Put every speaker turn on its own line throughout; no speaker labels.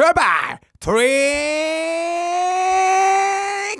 출발 드림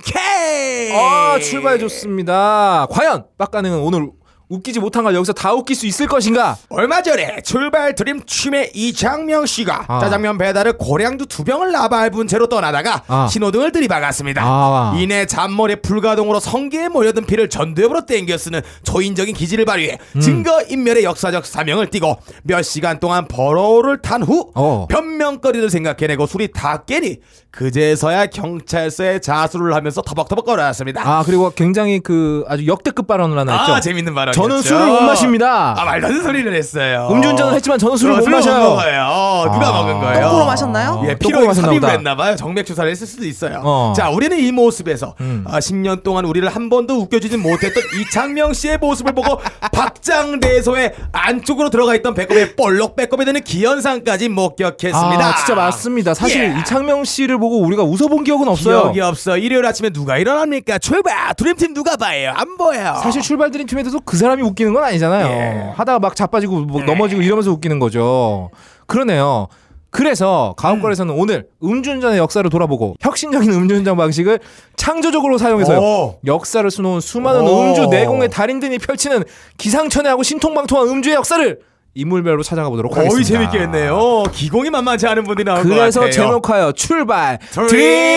K
아, 출발 좋습니다. 과연 빡가능은 오늘 웃기지 못한 걸 여기서 다 웃길 수 있을 것인가?
얼마 전에 출발 드림 취미 이장명 씨가
아.
짜장면 배달을 고량주 두 병을 나발분 채로 떠나다가
아.
신호등을 들이박았습니다.
아.
이내 잔머리 불가동으로 성기에 몰려든 피를 전두엽으로 땡겨쓰는 초인적인 기질을 발휘해
음.
증거인멸의 역사적 사명을 띠고 몇 시간 동안 버러를 탄 후
어.
변명거리를 생각해내고 술이 다 깨니 그제서야 경찰서에 자수를 하면서 터벅터벅 걸어왔습니다.
아, 그리고 굉장히 그 아주 역대급 발언을 하나 했죠.
아, 재밌는 발언.
저는 술을 못 마십니다.
아, 말도 안 되는 소리를 했어요.
음주운전을 했지만 저는 술을 못 마셔요.
먹은 거예요. 어, 누가
아.
먹은 거예요?
거꾸로 마셨나요?
예,
똑바로
피로
마셨나
삽입을
보다.
했나봐요. 정맥 주사를 했을 수도 있어요.
어. 음.
자, 우리는 이 모습에서 아, 10년 동안 우리를 한 번도 웃겨주진 못했던 이창명 씨의 모습을 보고 박장대소의 안쪽으로 들어가 있던 배꼽에 볼록 배꼽이 되는 기현상까지 목격했습니다.
아, 진짜 맞습니다. 사실
예.
이창명 씨를 보고 우리가 웃어본 기억은 없어요.
기억이 없어. 일요일 아침에 누가 일어납니까? 출발! 드림팀 누가 봐요? 안 보여.
사실 출발 드린 팀에서도 그 사람이 웃기는 건 아니잖아요.
예.
하다가 막 자빠지고 뭐 넘어지고 이러면서 웃기는 거죠. 그러네요. 그래서 가옥걸에서는
음.
오늘 음주운전의 역사를 돌아보고 혁신적인 음주운전 방식을 창조적으로 사용해서요.
오.
역사를 수놓은 수많은
오.
음주 내공의 달인들이 펼치는 기상천외하고 신통방통한 음주의 역사를 인물별로 찾아가 보도록 하겠습니다.
거의 재밌게 했네요. 기공이 만만치 않은 분들이 나올 것 같아요.
그래서 제목하여 출발
드림킹!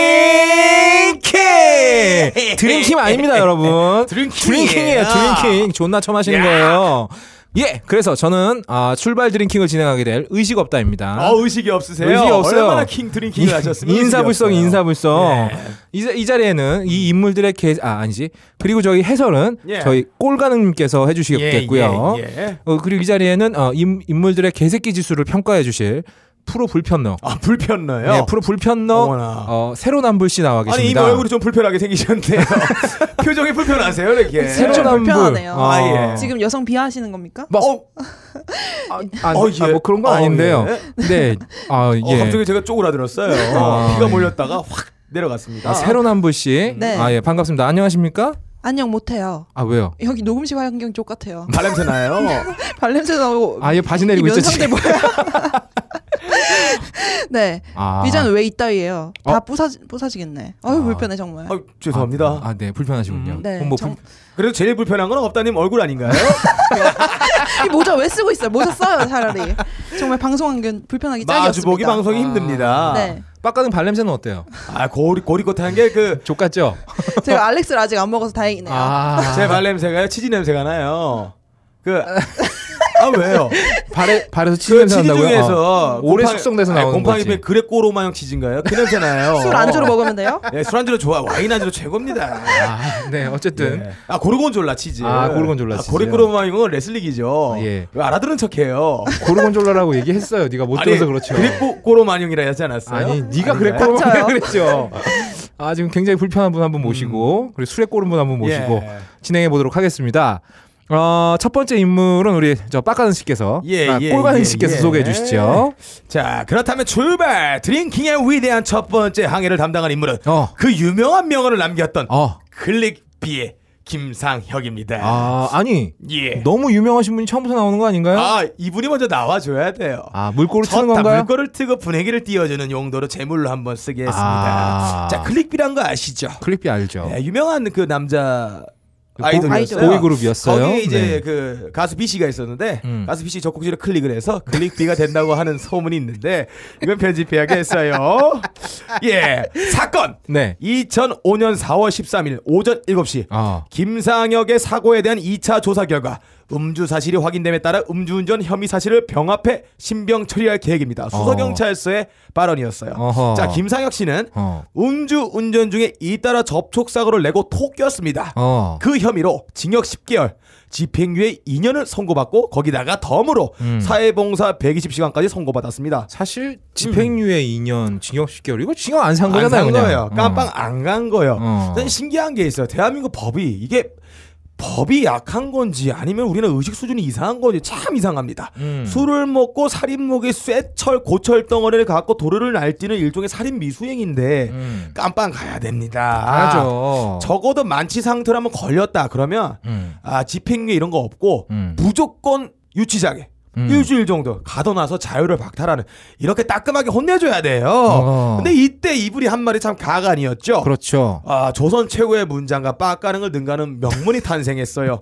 드림킹 드림킹 아닙니다 여러분
드림킹이에요. 아.
드림킹이에요 드림킹 존나 처음 하시는
야.
거예요 예 그래서 저는 아, 출발 드림킹을 진행하게 될 의식 없다입니다
어 의식이 없으세요?
의식이 없어요.
얼마나 킹 드링킹을 하셨으면
인사불성
의식이 없어요. 예.
인사불성 이, 자- 이 자리에는 이 인물들의 개아 아니지 그리고 저희 해설은
예.
저희 꼴가능님께서 해주시겠고요
예, 예, 예.
어, 그리고 이 자리에는 어, 인, 인물들의 개새끼 지수를 평가해 주실 프로 불편너
아 불편너요?
네, 프로 불편너
어머나.
어, 새로남불 씨 나와
아니
계십니다.
이거 얼굴이 좀 불편하게 생기셨는데요. 표정이 불편하세요 이렇게.
새로- 좀 불편하네요.
어,
아, 예.
지금 여성 비하하시는 겁니까?
막, 어,
아,
어, 예.
아, 뭐 그런 건
어,
아닌데요. 네, 아
어,
예.
갑자기 제가 쪼그라들었어요.
아.
피가 몰렸다가 확 내려갔습니다.
아, 새로남불 씨.
네.
아 예, 반갑습니다. 안녕하십니까?
안녕 못해요.
아 왜요?
여기 녹음실 환경 쪽 같아요.
발냄새 나요.
발냄새 나고
아, 얘 바지 내리고
이
있죠,
면상대
지금.
뭐야? 네.
아.
비자는 왜 이따위예요? 다
어?
부사 부사지겠네. 아유 불편해 정말.
아, 죄송합니다.
아, 네,
음,
불편하시군요.
네.
그럼 뭐
정-
불-
그래도 제일 불편한 건 업다님 얼굴 아닌가요?
그 이 모자 왜 쓰고 있어요? 모자 써요 차라리. 정말 방송 환경 불편하기 짝이 없습니다. 아.
마주보기 방송이 힘듭니다.
네.
빡가는 발냄새는 어때요?
아 고리 고리꼬탄 게그
족같죠?
제가 알렉스를 아직 안 먹어서 다행이네요.
아,
제 발냄새가요 치즈 냄새가 나요. 그 아 왜요?
발에 발에서 치즈
그
냄새
치즈
난다고요?
중에서
어. 오래
곰팡이-
숙성돼서
아니,
나오는
곰팡이
거지.
배 그래 꼬로마형 치즈인가요? 그 냄새 나요.
술 안주로 먹으면 돼요?
예, 술 안주로 좋아. 와인 안주로 최고입니다.
아, 네, 어쨌든
예. 아 고르곤졸라 치즈.
아, 고르곤졸라 치즈요.
고리 꼬로마형은 레슬링이죠.
예.
왜 알아들은 척해요?
고르곤졸라라고 얘기했어요. 네가 못 들어서 그렇죠.
그래 꼬로마형이라 하지 않았어요?
아니, 네가
아닌가요?
그랬고
맞아요.
그랬죠. 아, 지금 굉장히 불편한 분 한 분 모시고 그리고 술에 꼬른 분 한 분 모시고
음. 예.
진행해 보도록 하겠습니다. 어, 첫 번째 인물은 우리 저 빡가는 씨께서
예,
아,
예,
꼴가는
예,
씨께서
예.
소개해 주시죠.
자 그렇다면 출발 드링킹의 위대한 첫 번째 항해를 담당한 인물은
어.
그 유명한 명언을 남겼던
어.
클릭비의 김상혁입니다.
아, 아니.
예.
너무 유명하신 분이 처음부터 나오는 거 아닌가요? 아,
아 이분이 먼저 나와줘야 돼요.
물꼬를 트는
첫
아, 건가요?
물거를 트고 분위기를 띄워주는 용도로 제물로 한번 쓰게 했습니다.
아.
자 클릭비란 거 아시죠?
클립이 알죠.
네, 유명한 그 남자 그
고-
아이돌이었어요.
어. 고위 그룹이었어요.
거기에 이제
네.
그 가수 B 씨가 있었는데
음.
가수 B 씨 적국지를 클릭을 해서 클릭 B가 된다고 하는 소문이 있는데 이건 편집해야겠어요. 예 사건
네.
2005년 4월 13일 오전 7시
아.
김상혁의 사고에 대한 2차 조사 결과 음주 사실이 확인됨에 따라 음주운전 혐의 사실을 병합해 신병 처리할 계획입니다. 수서경찰서의 발언이었어요.
어. 어허.
자 김상혁 씨는
어.
음주 운전 중에 잇따라 접촉 사고를 내고 토꼈습니다.
어.
그 혐의로 징역 10개월, 집행유예 2년을 선고받고 거기다가 덤으로
음.
사회봉사 120시간까지 선고받았습니다.
사실 집행유예 2년 징역 10개월 이거 징역 안 산
음. 안
거잖아요,
산
그냥.
거예요. 깜빵 안 간 거예요.
어.
근데 신기한 게 있어요. 대한민국 법이 이게 법이 약한 건지 아니면 우리는 의식 수준이 이상한 건지 참 이상합니다.
음.
술을 먹고 살인목에 쇠철 고철 덩어리를 갖고 도로를 날뛰는 일종의 살인 미수행인데
음.
깜빵 가야 됩니다.
하죠.
적어도 만취 상태라면 걸렸다 그러면
음.
아 집행유예 이런 거 없고
음.
무조건 유치장에 일주일 정도 가둬놔서 자유를 박탈하는 이렇게 따끔하게 혼내줘야 돼요.
어.
근데 이때 이불이 한 말이 참 가관이었죠.
그렇죠.
아 조선 최고의 문장과 빡가능을 능가하는 명문이 탄생했어요.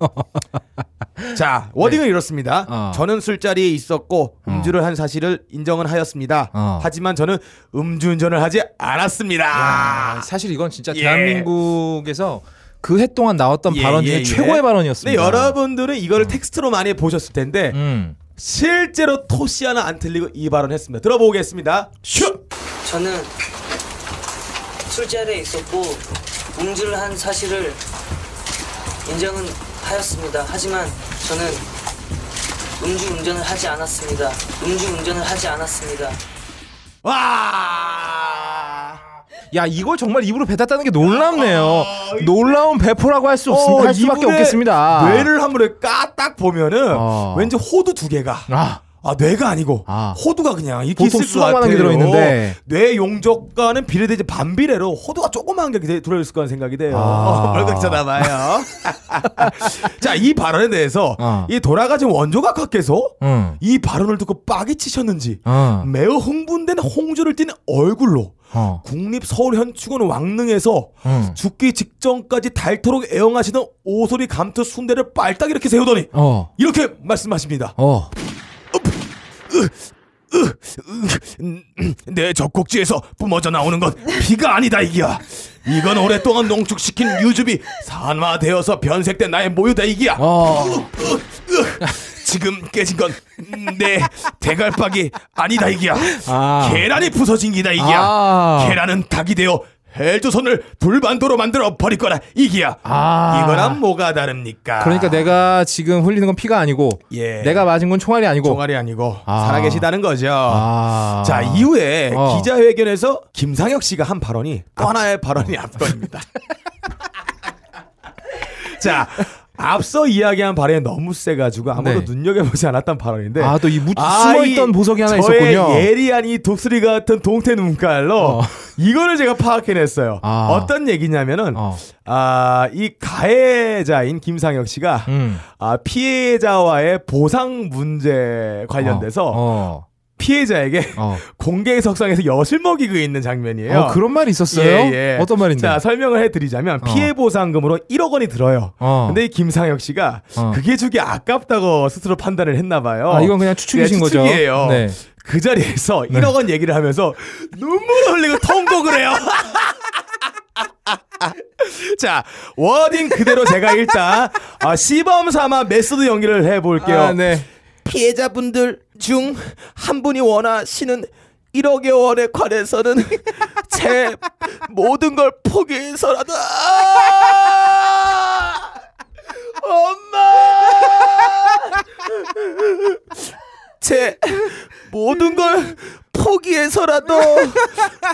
자 워딩은 이렇습니다.
어.
저는 술자리에 있었고 음주를 한 사실을 인정은 하였습니다.
어.
하지만 저는 음주운전을 하지 않았습니다.
아, 사실 이건 진짜
예.
대한민국에서 그 해 동안 나왔던
예,
발언 중에
예, 예.
최고의
근데
발언이었습니다.
여러분들은 이거를 텍스트로 많이 보셨을 텐데
음.
실제로 토시 하나 안 틀리고 이 발언했습니다. 들어보겠습니다. 슛!
저는 술자리에 있었고 음주를 한 사실을 인정은 하였습니다. 하지만 저는 음주 운전을 하지 않았습니다. 음주 운전을 하지 않았습니다.
와!
야 이걸 정말 입으로 뱉었다는 게 놀랍네요. 놀라운 배포라고 할 수 없습니다. 할 수밖에
아, 어, 이분의
없겠습니다.
뇌를 한 번에 까딱 보면은
어.
왠지 호두 두 개가
아
아 뇌가 아니고
아.
호두가 그냥 이렇게 있을
보통
것
수박만한 게
같아요.
들어있는데.
뇌 용적과는 비례되지 반비례로 호두가 조그만 게 들어있을 거란 생각이 돼요.
아.
얼굴 쳐다봐요. 자이 발언에 대해서
어.
이 돌아가신 원조각하께서
응.
이 발언을 듣고 빡이 치셨는지
어.
매우 흥분된 홍조를 띠는 얼굴로
어.
국립 서울현충원 왕릉에서
음.
죽기 직전까지 닳도록 애용하시던 오소리 감투 순대를 빨딱 이렇게 세우더니
어.
이렇게 말씀하십니다.
어.
음, 내 젖꼭지에서 뿜어져 나오는 건 피가 아니다 이기야. 이건 오랫동안 농축시킨 유즙이 산화되어서 변색된 나의 모유다 이기야.
어.
지금 깨진 건 내 대갈박이 아니다 이기야.
아.
계란이 부서진 기다 이기야.
아.
계란은 닭이 되어 헬조선을 불반도로 만들어 버릴 거라 이기야.
아.
이거랑 뭐가 다릅니까?
그러니까 내가 지금 흘리는 건 피가 아니고
예.
내가 맞은 건 총알이 아니고
종아리 아니고
아.
살아계시다는 거죠.
아.
자 이후에
어. 아.
기자회견에서 김상혁 씨가 한 발언이 또 하나의 발언이 앞건입니다. 자 앞서 이야기한 발언이 너무 세가지고 아무도
네.
눈여겨보지 않았던 발언인데
아, 또이 묻- 숨어있던
이
보석이 하나
저의
있었군요.
예리한 이 독수리 같은 동태 눈깔로
어.
이거를 제가 파악해냈어요.
아.
어떤 얘기냐면은
어.
아, 이 가해자인 김상혁 씨가
음.
아, 피해자와의 보상 문제 관련돼서
어.
피해자에게
어.
공개석상에서 엿을 먹이고 있는 장면이에요.
어, 그런 말이 있었어요?
예, 예.
어떤 말인데?
자, 설명을 해드리자면 피해 보상금으로 1억 원이 들어요.
어.
근데 이 김상혁 씨가
어.
그게 주기 아깝다고 스스로 판단을 했나 봐요.
아, 이건 그냥 추측이신
네,
거죠.
추측이에요.
네.
그 자리에서 1억 원 얘기를 하면서 눈물을 흘리고 통곡을 해요. 자, 워딩 그대로 제가 일단 아, 시범 삼아 메소드 연기를 해볼게요.
아, 네.
피해자분들 중 한 분이 원하시는 1억여 원에 관해서는 제 모든 걸 포기해서라도 아! 엄마 제 모든 걸 포기해서라도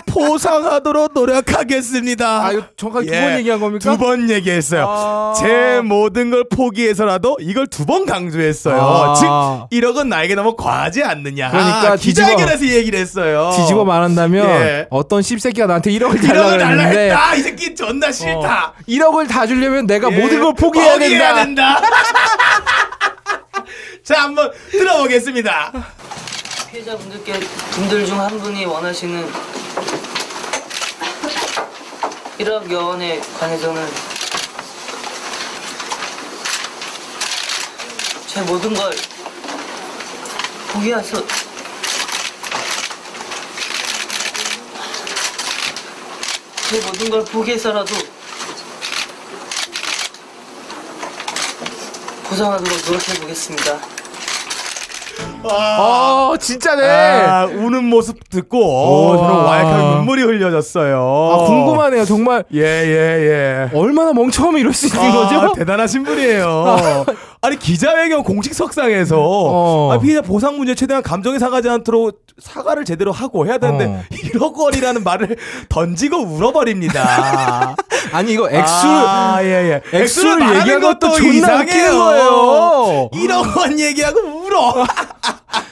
보상하도록 노력하겠습니다. 예,
아, 이거 정확하게 두번 얘기한 겁니까?
두 번 얘기했어요.
아.
제 모든 걸 포기해서라도 이걸 두 번 강조했어요.
아.
즉 1억은 나에게 너무 과하지 않느냐. 아,
그러니까
기자회견에서 이 얘기를 했어요.
뒤집어 말한다면
예.
어떤 씹새끼가 나한테 1억을
1억을 달라
달라고 했는데
했다. 이 새끼 존나 싫다.
1억을 다 주려면 내가
예,
모든 걸 포기해야, 된다.
된다. 자 한번 들어보겠습니다.
피해자분들께 분들 중 한 분이 원하시는 1억 여원에 관해서는 제 모든 걸 포기해서 제 모든 걸 포기해서라도 보상하도록 노력해 보겠습니다.
어, 진짜네.
아, 우는 모습 듣고 아,
오.
오, 저는 와이카이 눈물이 흘려졌어요.
아, 궁금하네요. 정말
예예예.
얼마나 멍청하면 이럴 수 있는 거죠?
아, 대단하신 분이에요. 아니 기자회견 공식 석상에서
어.
아, 피해자 보상 문제 최대한 감정이 상하지 않도록 사과를 제대로 하고 해야 되는데
어.
1억 원이라는 말을 던지고 울어버립니다.
아니 이거 액수
아, 예, 예.
액수를
액수를 얘기한
얘기한
것도
것도 존나
이상해요. 아.
웃기는 거예요.
1억 원 얘기하고 울어.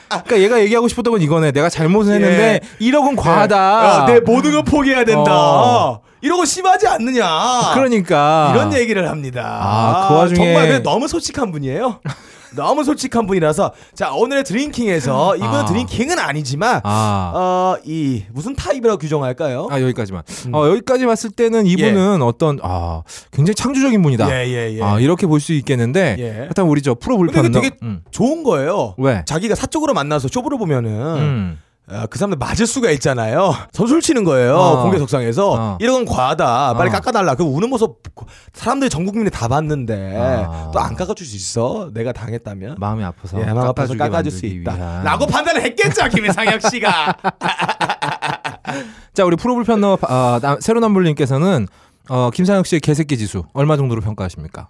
그러니까 얘가 얘기하고 싶었던 건 이거네. 내가 잘못은 했는데
예.
1억은 과하다.
야, 내 모든 걸 포기해야 된다.
어.
이러고 심하지 않느냐.
그러니까
이런 얘기를 합니다.
아, 그 와중에-
정말 근데 너무 솔직한 분이에요. 너무 솔직한 분이라서 자 오늘의 드링킹에서 이분은
아.
드링킹은 아니지만
아.
어이 무슨 타입이라고 규정할까요?
아 여기까지만.
음.
어, 여기까지 봤을 때는 이분은 어떤 아 굉장히 창조적인 분이다.
예, 예, 예.
아 이렇게 볼 수 있겠는데
예.
일단 우리 저 프로
근데
불판
이거 되게
음.
좋은 거예요.
왜?
자기가 사적으로 만나서 쇼부를 보면은
음.
아, 그 사람들 맞을 수가 있잖아요. 선술 치는 거예요.
어.
공개석상에서
어.
이런 건 과하다. 빨리
어.
깎아달라. 그 우는 모습 사람들이 전 국민이 다 봤는데
아.
또 안 깎아줄 수 있어? 내가 당했다면.
마음이 아파서
예, 마음 아파서
깎아주게
깎아줄 수
만들기
있다.
위한. 아,
라고 판단을 했겠죠, 김상혁 씨가.
자 우리 프로 불편 너 아, 나- 새로 남불님께서는 어, 김상혁 씨의 개새끼 지수 얼마 정도로 평가하십니까?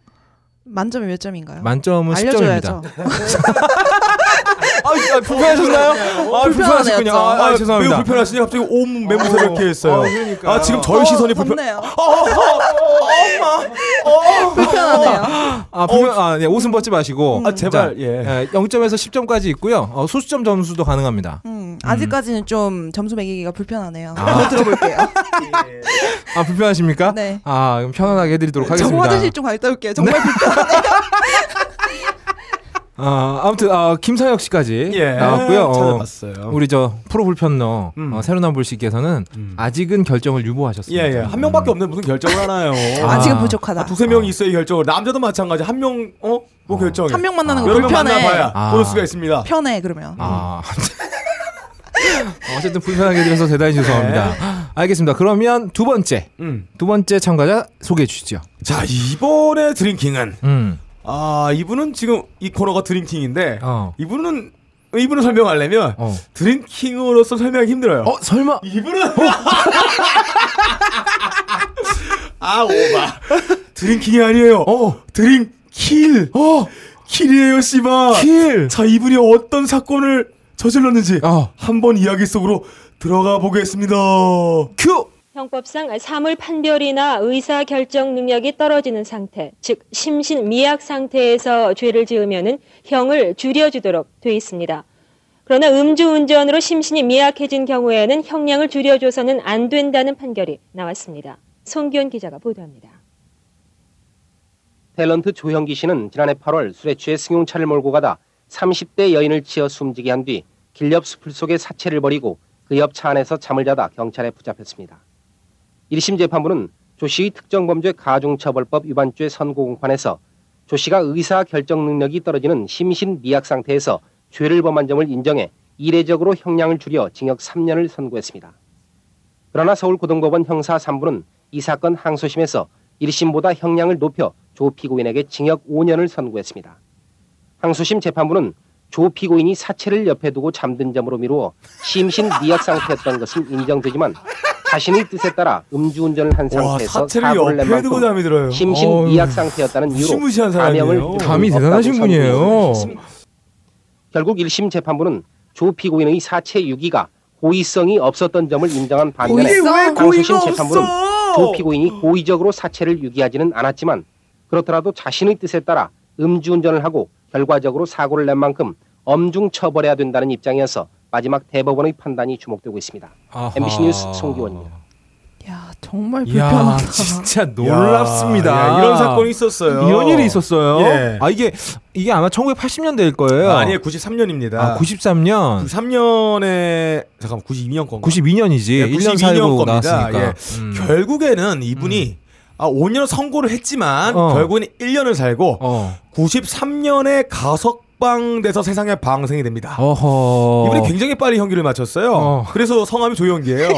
만점이 몇 점인가요?
만점은 뭐 10점입니다.
알려줘야죠.
아,
어,
아,
네.
불편하셨나요? 아, 불편하셨군요. 아, 아, 죄송합니다.
매우 불편하시니 갑자기 온 멘붕 이렇게 했어요.
아,
아,
그러니까요.
지금 저희
어,
시선이 불편.
덥네요.
어, 어, 어, 엄마. 어.
불편하네요.
아, 불편, 아, 네, 옷은 벗지 마시고.
아, 제발. 예.
0점에서 10점까지 있고요. 어, 소수점 점수도 가능합니다.
음, 아직까지는 좀 점수 매기기가 불편하네요. 더 들어볼게요.
아, 불편하십니까?
네.
아, 그럼 편안하게 해드리도록
정
하겠습니다.
화장실 좀 갔다 올게요. 정말 불편.
아, 아무튼, 아, 김상혁 씨까지
예.
나왔고요. 어,
찾아봤어요.
우리 저 프로 불편너
음.
어, 새로남불 씨께서는 아직은 결정을 유보하셨습니다.
예, 예. 한 명밖에 없는데 무슨 결정을 하나요?
음. 아,
아직은 부족하다.
두세 명이 있어야 이 결정을. 남자도 마찬가지. 한 명, 어? 뭐 결정해.
한 명 만나는 거
여러 명
불편해.
만나봐야
아.
볼 수가 있습니다.
편해 그러면.
아. 어쨌든 불편하게 드려서 대단히 죄송합니다.
네.
알겠습니다. 그러면 두 번째.
음.
두 번째 참가자 소개해 주시죠.
자, 이번에 드링킹은
음.
아, 이분은 지금 이 코너가 드링킹인데
어.
이분은 이분을 설명하려면
어.
드링킹으로서 설명이 힘들어요.
어, 설마
이분은 아 오바 드링킹이 아니에요.
어.
드링킬
어.
킬이에요 씨바.
킬.
자 이분이 어떤 사건을 저질렀는지
어.
한번 이야기 속으로 들어가 보겠습니다.
큐.
형법상 사물 판별이나 의사 결정 능력이 떨어지는 상태, 즉 심신 미약 상태에서 죄를 지으면은 형을 줄여주도록 돼 있습니다. 그러나 음주운전으로 심신이 미약해진 경우에는 형량을 줄여줘서는 안 된다는 판결이 나왔습니다. 송기현 기자가 보도합니다.
탤런트 조형기 씨는 지난해 8월 술에 취해 승용차를 몰고 가다 30대 여인을 치어 숨지게 한 뒤 길 옆 숲을 속에 사체를 버리고 그 옆 차 안에서 잠을 자다 경찰에 붙잡혔습니다. 1심 재판부는 조 씨의 특정범죄 가중처벌법 위반죄 선고 공판에서 조 씨가 의사 결정 능력이 떨어지는 심신 미약 상태에서 죄를 범한 점을 인정해 이례적으로 형량을 줄여 징역 3년을 선고했습니다. 그러나 서울고등법원 형사 3부는 이 사건 항소심에서 1심보다 형량을 높여 조 피고인에게 징역 5년을 선고했습니다. 항소심 재판부는 조 피고인이 사체를 옆에 두고 잠든 점으로 미루어 심신 미약 상태였던 것은 인정되지만 자신의 뜻에 따라 음주운전을 한
와
상태에서
사체를
사고를 낸
옆에 두고
만큼
잠이 들어요.
심신
네. 어휴.
미약 상태였다는 이유로
무시무시한
감형을
사람이에요.
입을
감이
없다고
대단하신 분이에요.
선고했습니다. 결국 1심 재판부는 조 피고인의 사체 유기가 고의성이 없었던 점을 인정한 반면에
고의성?
항소심 재판부는 조 피고인이 고의적으로 사체를 유기하지는 않았지만 그렇더라도 자신의 뜻에 따라 음주운전을 하고 결과적으로 사고를 낸 만큼 엄중 처벌해야 된다는 입장이어서 마지막 대법원의 판단이 주목되고 있습니다. MBC 뉴스 송기원입니다.
야 정말
야,
불편하다.
진짜 놀랍습니다.
야, 이런 아. 사건이 있었어요.
이런 일이 있었어요.
예.
아 이게 이게 아마 1980년대일 거예요.
아, 아니에요 93년입니다.
아, 93년,
그 93년에 잠깐만 92년 건가?
92년이지.
예,
1년
92년
사이로
겁니다.
나왔으니까.
예.
음.
결국에는 이분이 아, 5년 선고를 했지만
어.
결국은 1년을 살고
어.
93년에 가석방돼서 세상에 방생이 됩니다.
어허.
이분이 굉장히 빨리 형기를 마쳤어요.
어.
그래서 성함이 조영기예요.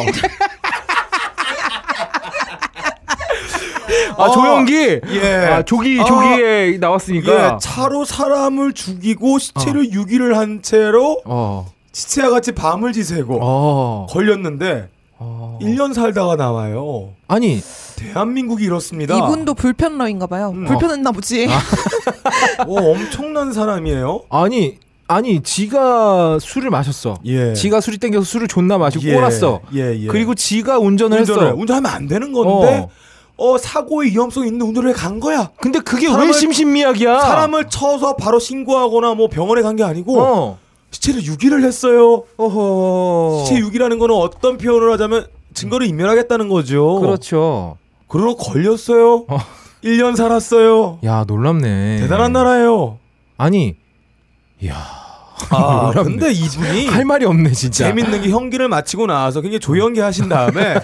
아 조영기.
어, 예.
아 조기
아,
조기에
예,
나왔으니까.
차로 사람을 죽이고 시체를 유기를 한 채로
어.
시체와 같이 밤을 지새고
어.
걸렸는데
어.
1년 살다가 나와요.
아니
대한민국이 이렇습니다.
이분도 불편러인가 봐요.
음.
불편했나 보지.
오, 엄청난 사람이에요.
아니 아니 지가 술을 마셨어.
예.
지가 술이 땡겨서 술을 존나 마시고 꼬랐어.
예, 예.
그리고 지가 운전을,
운전을
했어.
운전하면 안 되는 건데 어, 사고의 위험성 이 있는 운전을 간 거야.
근데 그게 왜
사람을-
심신미약이야?
사람을 쳐서 바로 신고하거나 뭐 병원에 간 게 아니고
어.
시체를 유기를 했어요.
어허.
시체 유기라는 거는 어떤 표현을 하자면 증거를 인멸하겠다는 거죠.
그렇죠.
그러고 걸렸어요.
어. 예.
1년 살았어요.
야 놀랍네.
대단한 나라예요.
아니
아,
놀랍네.
근데 이분이
할 말이 없네 진짜.
재밌는 게 형기를 마치고 나와서 굉장히 조연기 하신 다음에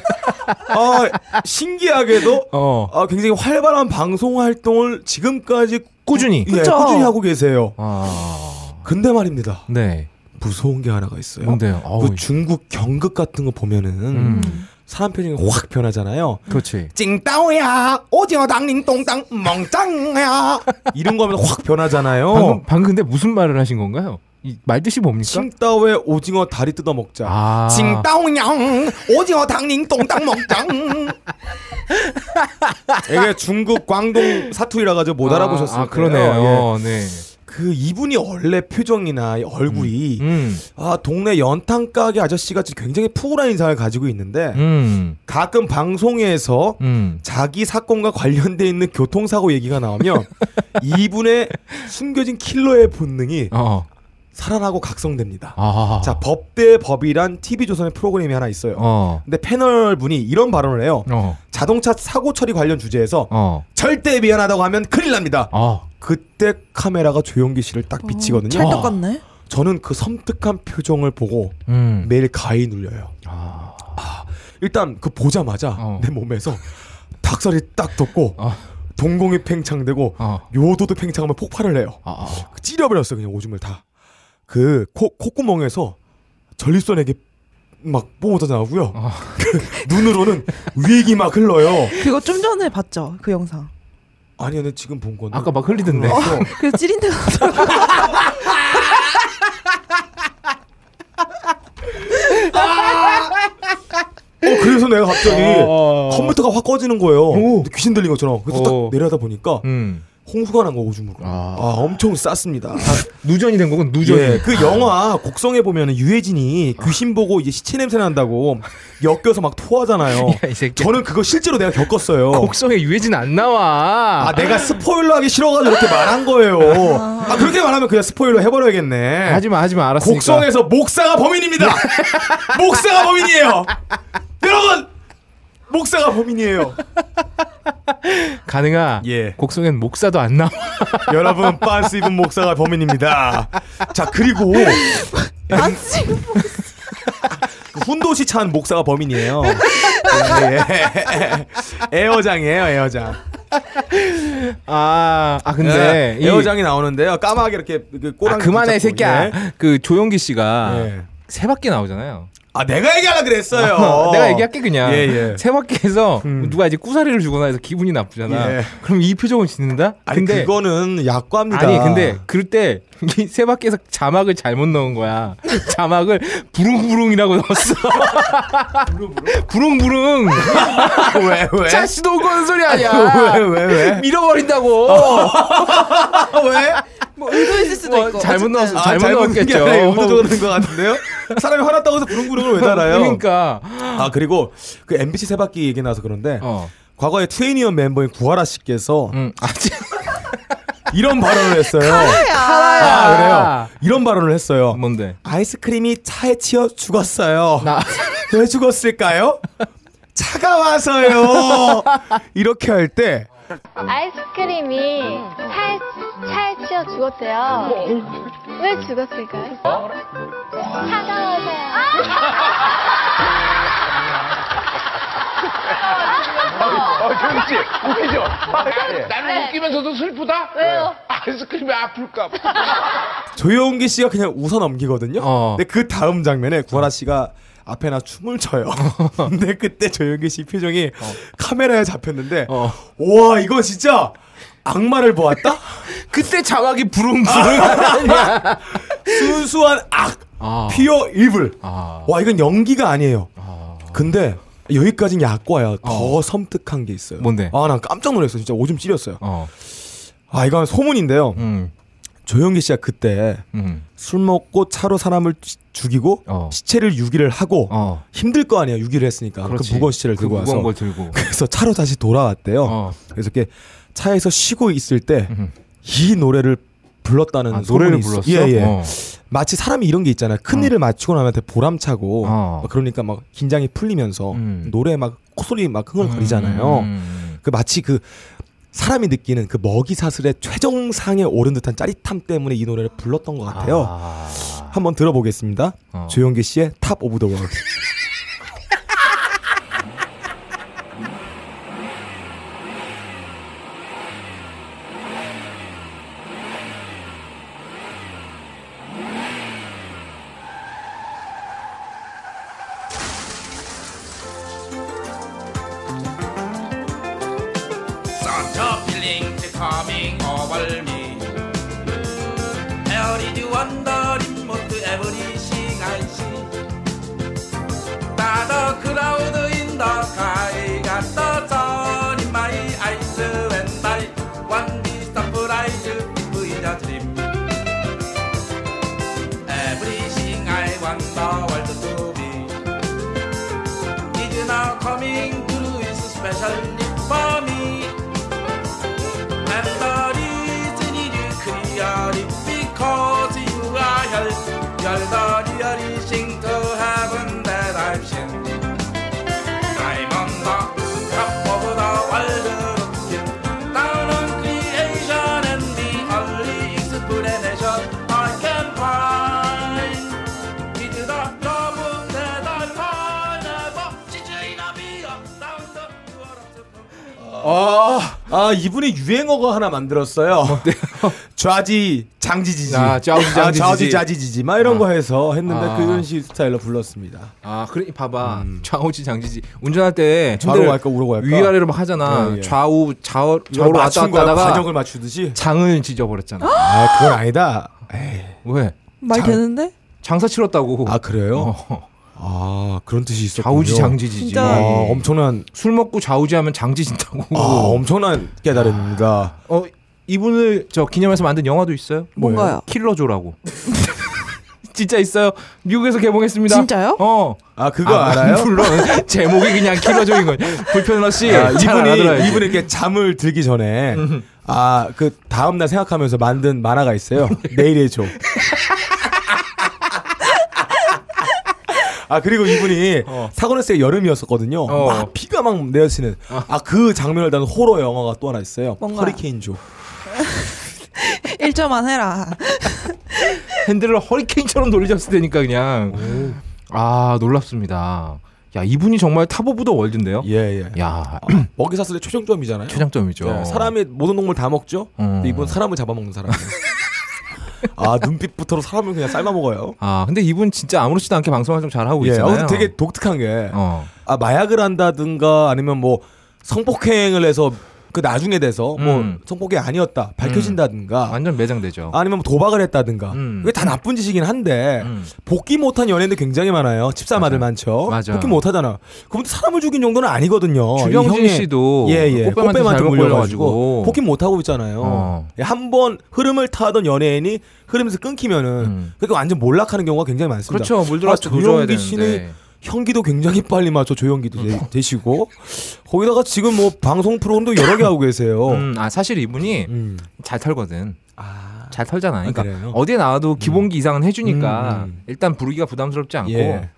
아, 신기하게도
어.
아, 굉장히 활발한 방송 활동을 지금까지
꾸준히.
예,
그쵸.
꾸준히 하고 계세요.
아.
근데 말입니다.
네.
무서운 게 하나가 있어요.
뭔데요? 어우.
그 중국 경극 같은 거 보면은
음.
사람 표정이 확 변하잖아요.
그렇지.
찡따오야 오징어 당링 똥땅 멍짱야 이런 거면 확 변하잖아요.
방금, 방금 근데 무슨 말을 하신 건가요? 이 말뜻이 뭡니까?
칭따오의 오징어 다리 뜯어 먹자.
아.
칭따오냥 오징어 당링 똥땅 멍짱. 이게 중국 광동 사투리라 가지고 못 알아보셨을
아, 아,
거예요. 예.
그러네요. 네.
그 이분이 원래 표정이나 이 얼굴이
음.
아 동네 연탄 가게 아저씨 같이 굉장히 푸근한 인상을 가지고 있는데
음.
가끔 방송에서
음.
자기 사건과 관련돼 있는 교통사고 얘기가 나오면 이분의 숨겨진 킬러의 본능이
어.
살아나고 각성됩니다.
아.
자, 법대 법이란 TV조선의 프로그램이 하나 있어요.
어.
근데 패널 분이 이런 발언을 해요.
어.
자동차 사고 처리 관련 주제에서
어.
절대 미안하다고 하면 큰일 납니다.
어.
그때 카메라가 조용기 씨를 딱 비치거든요.
찰떡 같네.
저는 그 섬뜩한 표정을 보고
음.
매일 가히 눌려요.
아.
일단 그 보자마자
어.
내 몸에서 닭살이 딱 돋고
어.
동공이 팽창되고
어.
요도도 팽창하면 폭발을 해요.
아. 아.
찌려버렸어 그냥 오줌을 다. 그 코, 콧구멍에서 전립선에게 막 뽀뽀자 나오고요.
어.
그 눈으로는 위기 막 흘러요.
그거 좀 전에 봤죠 그 영상.
아니 근데 지금 본 어, 건데.
아까 막 흘리던데.
그래서 찌린 데가
어, 그래서 내가 갑자기
어.
컴퓨터가 확 꺼지는 거예요.
오.
귀신 들린 것처럼. 그래서
어.
딱 내려다 보니까
음.
홍수가 난 거 오줌으로.
아.
아. 엄청 쌌습니다.
누전이 된 거군. 누전이.
예, 그 영화 곡성에 보면 유해진이 귀신 보고 이제 시체 냄새 난다고 엮여서 막 토하잖아요.
야, 이 새끼.
저는 그거 실제로 내가 겪었어요.
곡성에 유해진 안 나와.
아, 내가 스포일러 하기 싫어가지고 이렇게 말한 거예요. 아, 그렇게 말하면 그냥 스포일러 해버려야겠네.
하지마 하지마 알았으니까.
곡성에서 목사가 범인입니다. 목사가 범인이에요. 여러분, 목사가 범인이에요.
가능아.
예.
곡성엔 목사도 안 나와.
여러분, 빤스 입은 목사가 범인입니다. 자, 그리고
아, 안지.
그 훈도시 찬 목사가 범인이에요. 예. 에어장이에요, 에어장.
아, 아 근데
예,
이-
에어장이 나오는데 까맣게 이렇게 그
아,
꼬랑
그만해 이 새끼야. 그 조용기 씨가
예.
세 바퀴 나오잖아요.
아, 내가 얘기하려 그랬어요.
내가 얘기할게 그냥.
예, 예.
세 바퀴에서
음.
누가 이제 꾸사리를 주거나 해서 기분이 나쁘잖아.
예.
그럼 이 표정을 짓는다?
아니 그거는 약과입니다.
아니 근데 그럴 때 이 세 바퀴에서 자막을 잘못 넣은 거야. 자막을 부릉부릉이라고 넣었어. 부릉부릉.
아, 왜 왜?
자식도 오고 하는 소리 아니야.
왜, 왜, 왜?
밀어버린다고.
아, 왜?
뭐 의도했을 수도
뭐
있고.
잘못 넣었어.
아,
잘못,
넣은 게
넣었겠죠.
아니라 의도적으로 된것 같은데요? 사람이 화났다고 해서 부릉부릉을 왜 달아요?
그러니까.
아 그리고 그 MBC 세 바퀴 얘기 나서 그런데
어.
과거에 트웨니언 멤버인 구하라 씨께서
음. 아,
이런 발언을 했어요.
어쨌든.
아 그래요? 이런 발언을 했어요.
뭔데?
아이스크림이 차에 치여 죽었어요.
뭐. 나-
왜 죽었을까요? 차가 와서요. 이렇게 할 때
아이스크림이 살, 살쪄 죽었대요. 왜 죽었을까요? 차가워서요.
나는
네.
웃기면서도 슬프다? 왜요? 아이스크림이 아플까 봐.
조용기 씨가 그냥 웃어 넘기거든요.
어.
근데 그 다음 장면에 구하라 씨가 앞에 나 춤을 춰요.
어.
근데 그때 조용기 씨 표정이 카메라에 잡혔는데
어.
와 이거 진짜 악마를 보았다?
그때 자막이 부릉부릉.
순수한 악
아.
피어 이블
아.
와 이건 연기가 아니에요. 근데 여기까지는 약과야. 더 섬뜩한 게 있어요.
아. 뭔데?
아, 난 깜짝 놀랐어. 진짜 오줌 찌렸어요.
어.
아, 이건 소문인데요.
음.
조영기 씨가 그때
음.
술 먹고 차로 사람을 치- 죽이고
어.
시체를 유기를 하고
어.
힘들 거 아니야. 유기를 했으니까. 그
그렇지.
무거운 시체를
그
들고 와서.
무거운 걸 들고.
그래서 차로 다시 돌아왔대요.
어.
그래서 이렇게 차에서 쉬고 있을 때 이
음.
노래를 불렀다는
아,
소문이
노래를
있어.
불렀어.
예, 예.
어.
마치 사람이 이런 게 있잖아요. 큰 일을 맞추고 나면 되게 보람차고
어.
막 그러니까 막 긴장이 풀리면서
음.
노래 막 콧소리 막 흥얼거리잖아요.
음.
그 마치 그 사람이 느끼는 그 먹이 사슬의 최정상에 오른 듯한 짜릿함 때문에 이 노래를 불렀던
음.
것 같아요. 한번 들어보겠습니다.
어.
조용기 씨의 탑 오브 더 월드.
Such a feeling is coming over me. Every day wondering what everything I see. But the cloud in the sky got the sun in my eyes and I want this surprise is a dream. Everything I want the world to be is now coming true. It's special for me. And the reason it is clear is because you are here. You're the real thing to heaven that I've seen. I'm on the top of the world looking down on creation and the only explanation I can find. is the love that I find above. 지주인 아비가 down the world.
아, 아 이분이 유행어가 하나 만들었어요. 좌지 장지지지.
네. 아, 좌우지,
아, 좌우지
장지지지.
자지지지 막 이런
아.
거 해서 했는데
아.
그런 식 스타일로 불렀습니다.
아, 그래 봐봐. 좌우지 장지지. 운전할 때
음. 좌로
핸들
갈까, 우로 갈까?
위아래로 막 하잖아.
예, 예.
좌우 좌우
이걸
좌우로 왔다
맞춘 거야,
갔다 하다가
관역을 그 맞추듯이.
장을 지져버렸잖아.
아 그건 아니다. 에이,
왜?
말
잘-
되는데?
장사 치렀다고.
아 그래요?
어.
아 그런 뜻이 있었군요.
좌우지 장지지지.
진짜.
아, 엄청난
술 먹고 좌우지 하면 장지진다고.
아, 엄청난 깨달음입니다.
어 이분을 저 기념해서 만든 영화도 있어요.
뭐예요? 뭔가요?
킬러조라고. 진짜 있어요. 미국에서 개봉했습니다.
진짜요?
어.
아 그거 알아요?
물론 제목이 그냥 킬러조인 거예요. 불편러 씨.
아,
잘 알아들어야지.
이분이 이분이 이렇게 잠을 들기 전에 아 그 다음 날 생각하면서 만든 만화가 있어요. 내일의 조. 아 그리고 이분이 사고났을 때 여름이었었거든요.
어.
막 비가 막 내려치는 아 그 장면을 다룬 호러 영화가 또 하나 있어요.
뭔가요?
허리케인 조.
1점만 해라.
핸들을 허리케인처럼 돌리셨을 테니까 그냥 아 놀랍습니다. 야 이분이 정말 타보부더 월드인데요.
예예.
야
먹이 사슬의 최종점이잖아요.
최장점이죠.
네, 사람이 모든 동물 다 먹죠.
음.
근데 이분 사람을 잡아먹는 사람이에요. 아 눈빛부터로 사람을 그냥 삶아 먹어요.
아 근데 이분 진짜 아무렇지도 않게 방송을 좀 잘하고
예, 아,
있잖아요.
근데 되게 독특한 게
어.
아 마약을 한다든가 아니면 뭐 성폭행을 해서 그 나중에 돼서 뭐
음.
성폭행 아니었다 밝혀진다든가
완전 매장되죠.
아니면 뭐 도박을 했다든가
음.
그게 다 나쁜 짓이긴 한데
음.
복귀 못한 연예인들 굉장히 많아요 칩사마들 많죠
맞아.
복귀 못하잖아 그럼 사람을 죽인 정도는 아니거든요
주경진
이 형의-
씨도
예, 예.
꽃뱀한테 잘못
물려가지고
걸려가지고
복귀 못하고 있잖아요 예,
어.
한 번 흐름을 타던 연예인이 흐름에서 끊기면은
음.
그러니까 완전 몰락하는 경우가 굉장히 많습니다
그렇죠. 물 들어갔을 때
아,
노져야
조용기 씨는
되는데.
현기도 굉장히 빨리 맞춰 조연기도 되- 되시고 거기다가 지금 뭐 방송 프로그램도 여러 개 하고 계세요. 음.
음, 아 사실 이분이 잘 털거든.
아,
잘 털잖아.
아,
그러니까
그래요?
어디에 나와도 기본기 이상은 해주니까
음, 음.
일단 부르기가 부담스럽지 않고.
예.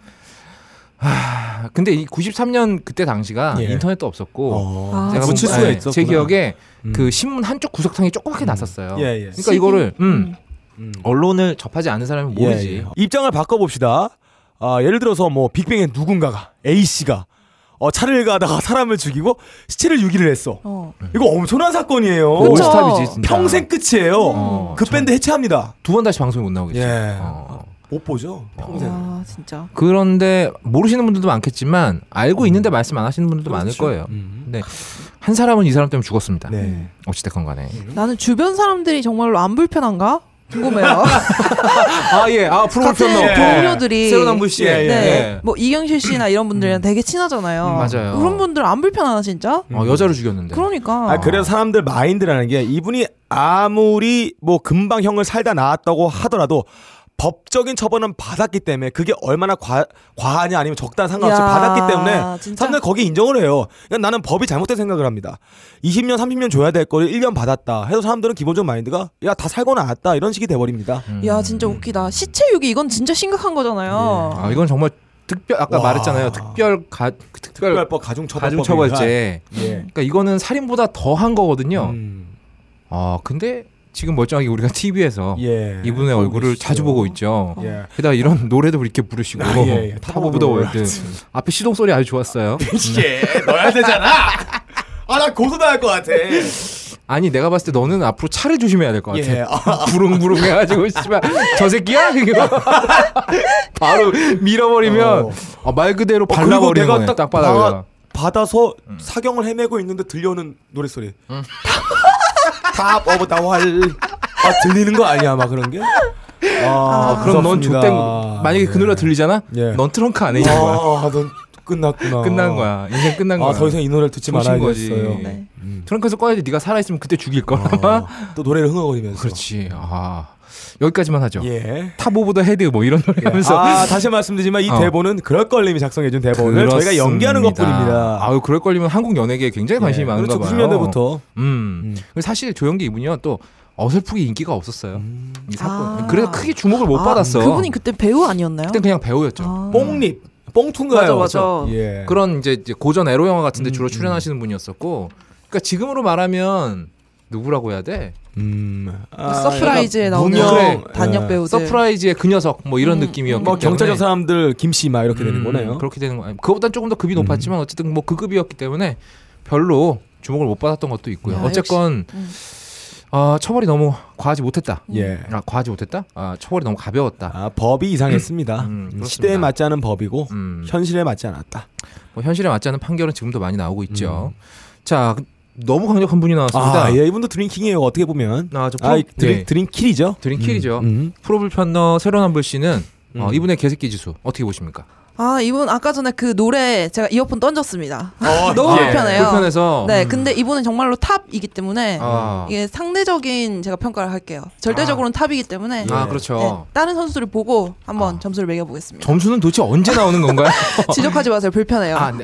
아, 근데 이 93년 그때 당시가
예.
인터넷도 없었고
어.
제가
붙일
본-
수가
예,
있었구나.
제 기억에
음.
그 신문 한쪽 구석상이 조그맣게 났었어요.
예, 예.
그러니까 이거를 음,
음.
언론을 접하지 않은 사람은
예,
모르지.
예. 입장을 바꿔봅시다. 아, 예를 들어서 뭐 빅뱅의 누군가가 A 씨가 어, 차를 가다가 사람을 죽이고 시체를 유기를 했어.
어.
음.
이거 엄청난 사건이에요.
그쵸.
올스탑이지
그렇죠.
진짜.
평생 끝이에요.
그렇죠. 어,
그 밴드 해체합니다.
두 번 다시 방송에 못 나오겠지.
예.
어.
못 보죠. 평생.
아, 진짜.
그런데 모르시는 분들도 많겠지만 알고 있는데 말씀 안 하시는 분들도 많을 거예요.
음.
근데 한 사람은 이 사람 때문에 죽었습니다.
네.
어찌됐건 간에.
나는 주변 사람들이 정말로 안 불편한가? 궁금해요.
아 예. 아
같은
불편해.
동료들이.
세로남부 씨.
예, 예,
네. 뭐 이경실 씨나 이런 분들이랑 되게 친하잖아요.
음, 맞아요.
그런 분들 안 불편하나 진짜?
어, 여자를 죽였는데.
그러니까.
아, 그래서 사람들 마인드라는 게 이분이 아무리 뭐 금방 형을 살다 나왔다고 하더라도 법적인 처벌은 받았기 때문에 그게 얼마나 과, 과하냐 아니면 적다 상관없이
야,
받았기 때문에
진짜?
사람들 거기 인정을 해요. 그러니까 나는 법이 잘못된 생각을 합니다. 20년 30년 줘야 될 거를 1년 받았다 해서 사람들은 기본적 인 마인드가 야 다 살고 나왔다
음.
이런 식이 돼버립니다.
야 진짜 웃기다. 시체 유기 이건 진짜 심각한 거잖아요.
아 이건 정말 특별 아까
와.
말했잖아요. 특별 가 특별
특별법 예. 가중처벌법
가중처벌죄. 그러니까 이거는 살인보다 더한 거거든요.
음.
아 근데 지금 멀쩡하게 우리가 TV에서
예.
이분의
보고
얼굴을
계시죠.
자주 보고 있죠.
예.
게다가 이런 노래도 이렇게 부르시고
아, 예, 예.
탑 오브 더 월드 앞에 시동 소리 아주 좋았어요.
이게 넣어야 되잖아. 아 나 고소당할 것 같아.
아니 내가 봤을 때 너는 앞으로 차를 조심해야 될 것 같아.
예. 아,
부릉부릉 해가지고 씨발 저 새끼야 이거 바로 밀어버리면
어.
아, 말 그대로
어, 그리고
발라버리는 거네. 딱, 바닥에다.
받아, 서 사경을 헤매고 있는데 들려오는 노래 소리. 탑 오브 다월. 뭐, 아 들리는 거 아니야 막 그런 게? 아,
그럼 넌
무섭습니다.
족땡 만약에 그 노래 들리잖아.
예.
넌 트렁크 안에 있는 거야.
아, 넌 끝났구나.
끝난 거야. 인생 끝난 거야.
아, 더 이상 이 노래를 듣지
정신
말아야겠어요. 음.
거지.
네.
트렁크에서 꺼내지 네가 살아있으면 그때 죽일 거야.
어, 또 노래를 흥얼거리면서.
그렇지. 아 여기까지만 하죠.
예.
탑 오브 더 헤드 뭐 이런 노래 하면서
아, 다시 말씀드리지만 이
어.
대본은 그럴 걸님이 작성해준 대본을 저희가
그렇습니다.
연기하는 것뿐입니다.
아유 그럴 걸리면 한국 연예계에 굉장히 관심이
예.
많은가
그렇죠.
봐요.
90년대부터.
음. 사실 조영기 이분이요 또 어설프게 인기가 없었어요.
음.
이 사건.
아.
그래서 크게 주목을 못
아,
받았어.
그분이 그때 배우 아니었나요?
그때 그냥 배우였죠.
아.
뽕잎, 뽕퉁가요.
맞아, 맞아.
예.
그런 이제 이제 고전 에로 영화 같은데
음,
주로 출연하시는 분이었었고, 그러니까 지금으로 말하면 누구라고 해야 돼?
음. 아,
서프라이즈에
약간
나오는
무명,
그래.
단역 배우들.
예. 서프라이즈의 그 녀석 뭐 이런
네.
네.
음.
느낌이었기
뭐 경찰
때문에.
사람들 김씨 막 이렇게 되는
음,
거네요. 음.
그렇게 되는 거 아니에요. 그보단 조금 더 급이 높았지만 어쨌든 뭐 그 급이었기 때문에 별로 주목을 못 받았던 것도 있고요.
야,
어쨌건
음.
아, 처벌이 너무 과하지 못했다.
예.
아, 과하지 못했다? 아, 처벌이 너무 가벼웠다.
아, 법이 이상했습니다.
음, 그렇습니다.
시대에 맞지 않은 법이고
음.
현실에 맞지 않았다.
뭐 현실에 맞지 않은 판결은 지금도 많이 나오고 있죠. 자, 그- 너무 강력한 분이 나왔습니다.
음. 아, 예, 이분도 드링킹이에요. 어떻게 보면.
아, 저 프로-
아, 이 드링,
네.
드링킬이죠.
드림킬이죠.
음.
프로불편너 새로남불 씨는 어,
음.
이분의 개새끼 지수 어떻게 보십니까?
아 이분 아까 전에 그 노래 제가 이어폰 던졌습니다.
아,
너무
예,
불편해요.
불편해서 음.
네, 근데 이분은 정말로 탑이기 때문에
아.
이게 상대적인 제가 평가를 할게요. 절대적으로는 탑이기 때문에
아,
예.
그렇죠. 아.
네, 다른 선수들을 보고 한번 점수를 매겨보겠습니다.
점수는 도대체 언제 나오는 건가요?
지적하지 마세요. 불편해요.
아, 네. 아니,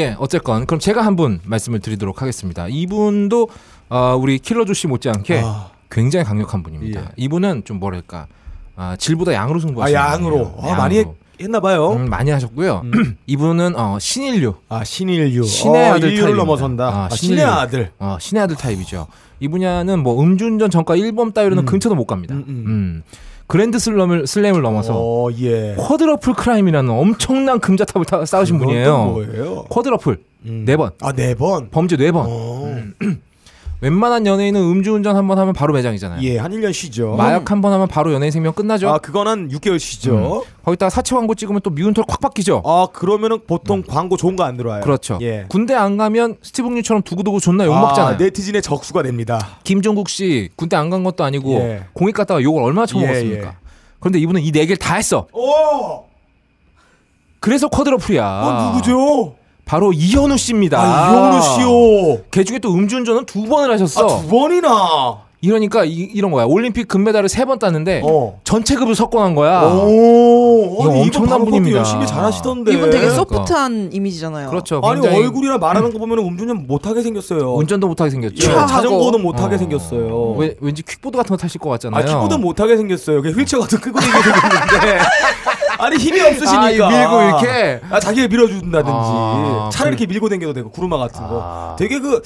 예, 어쨌건 그럼 제가 한 분 말씀을 드리도록 하겠습니다. 이분도 아, 우리 킬러조 씨 못지않게
아.
굉장히 강력한 분입니다.
예.
이분은 좀 뭐랄까 아, 질보다 양으로
아,
승부하시는
양으로.
분이에요.
아, 많이
양으로.
했나 봐요.
음, 많이 하셨고요. 이분은 어, 신인류
아 신인류
신의
어,
아들
인류를
타입입니다.
넘어선다
아,
아, 신의
신인류.
아들
어, 신의 아들 타입이죠. 이 분야는 뭐 음주운전 전과 1범 따위로는 근처도 못 갑니다.
음, 음.
음. 그랜드 슬럼을 슬램을 넘어서
어예
쿼드러플 크라임이라는 엄청난 금자탑을 타- 쌓으신 분이에요.
뭐예요
쿼드러플 네 번.
아네번
범죄 네 번.
어,
웬만한 연예인은 음주운전 한 번 하면 바로 매장이잖아요.
예한 1년 쉬죠
마약 한 번 하면 바로 연예인 생명 끝나죠.
아 그건 한 6개월 쉬죠
거기다가 사채 광고 찍으면 또 미운 털 콱 박히죠.
아 그러면은 보통 광고 좋은 거 안 들어와요
네. 그렇죠.
예
군대 안 가면 스티븐류처럼 두고두고 존나 욕 먹잖아요.
아, 네티즌의 적수가 됩니다
김종국 씨 군대 안 간 것도 아니고
예.
공익 갔다가 욕을 얼마나
예,
처먹었습니까?
예.
그런데 이분은 이 네 개를 다 했어.
오
그래서 쿼드러플이야.
아, 누구죠
바로 이현우
아,
씨입니다.
이현우 씨요
걔 중에 또 음주운전은 두 번을 하셨어.
아두 번이나
이러니까 이, 런 거야. 올림픽 금메달을 세 번 땄는데
어.
전체급을 석권한 거야.
오
네. 아. 이거
아니, 이분
엄청난
방송도
분입니다.
열심히 잘하시던데
이분 되게
그러니까.
소프트한 이미지잖아요.
그렇죠.
아니
굉장히
얼굴이나 말하는 거 보면 운전좀 못하게 생겼어요
운전도 못하게 생겼죠.
예,
하고.
자전거도 못하게
어.
생겼어요.
왜- 왠지 퀵보드 같은 거 타실 것 같잖아요.
아, 키보드 못하게 생겼어요. 그냥 휠체어 같은 끄고 다니게 생겼는데. 아니, 힘이 없으시니까.
아, 이 밀고 이렇게?
아, 자기가 밀어준다든지.
아,
차를
그래.
이렇게 밀고 다녀도 되고, 구루마 같은 거. 되게 그,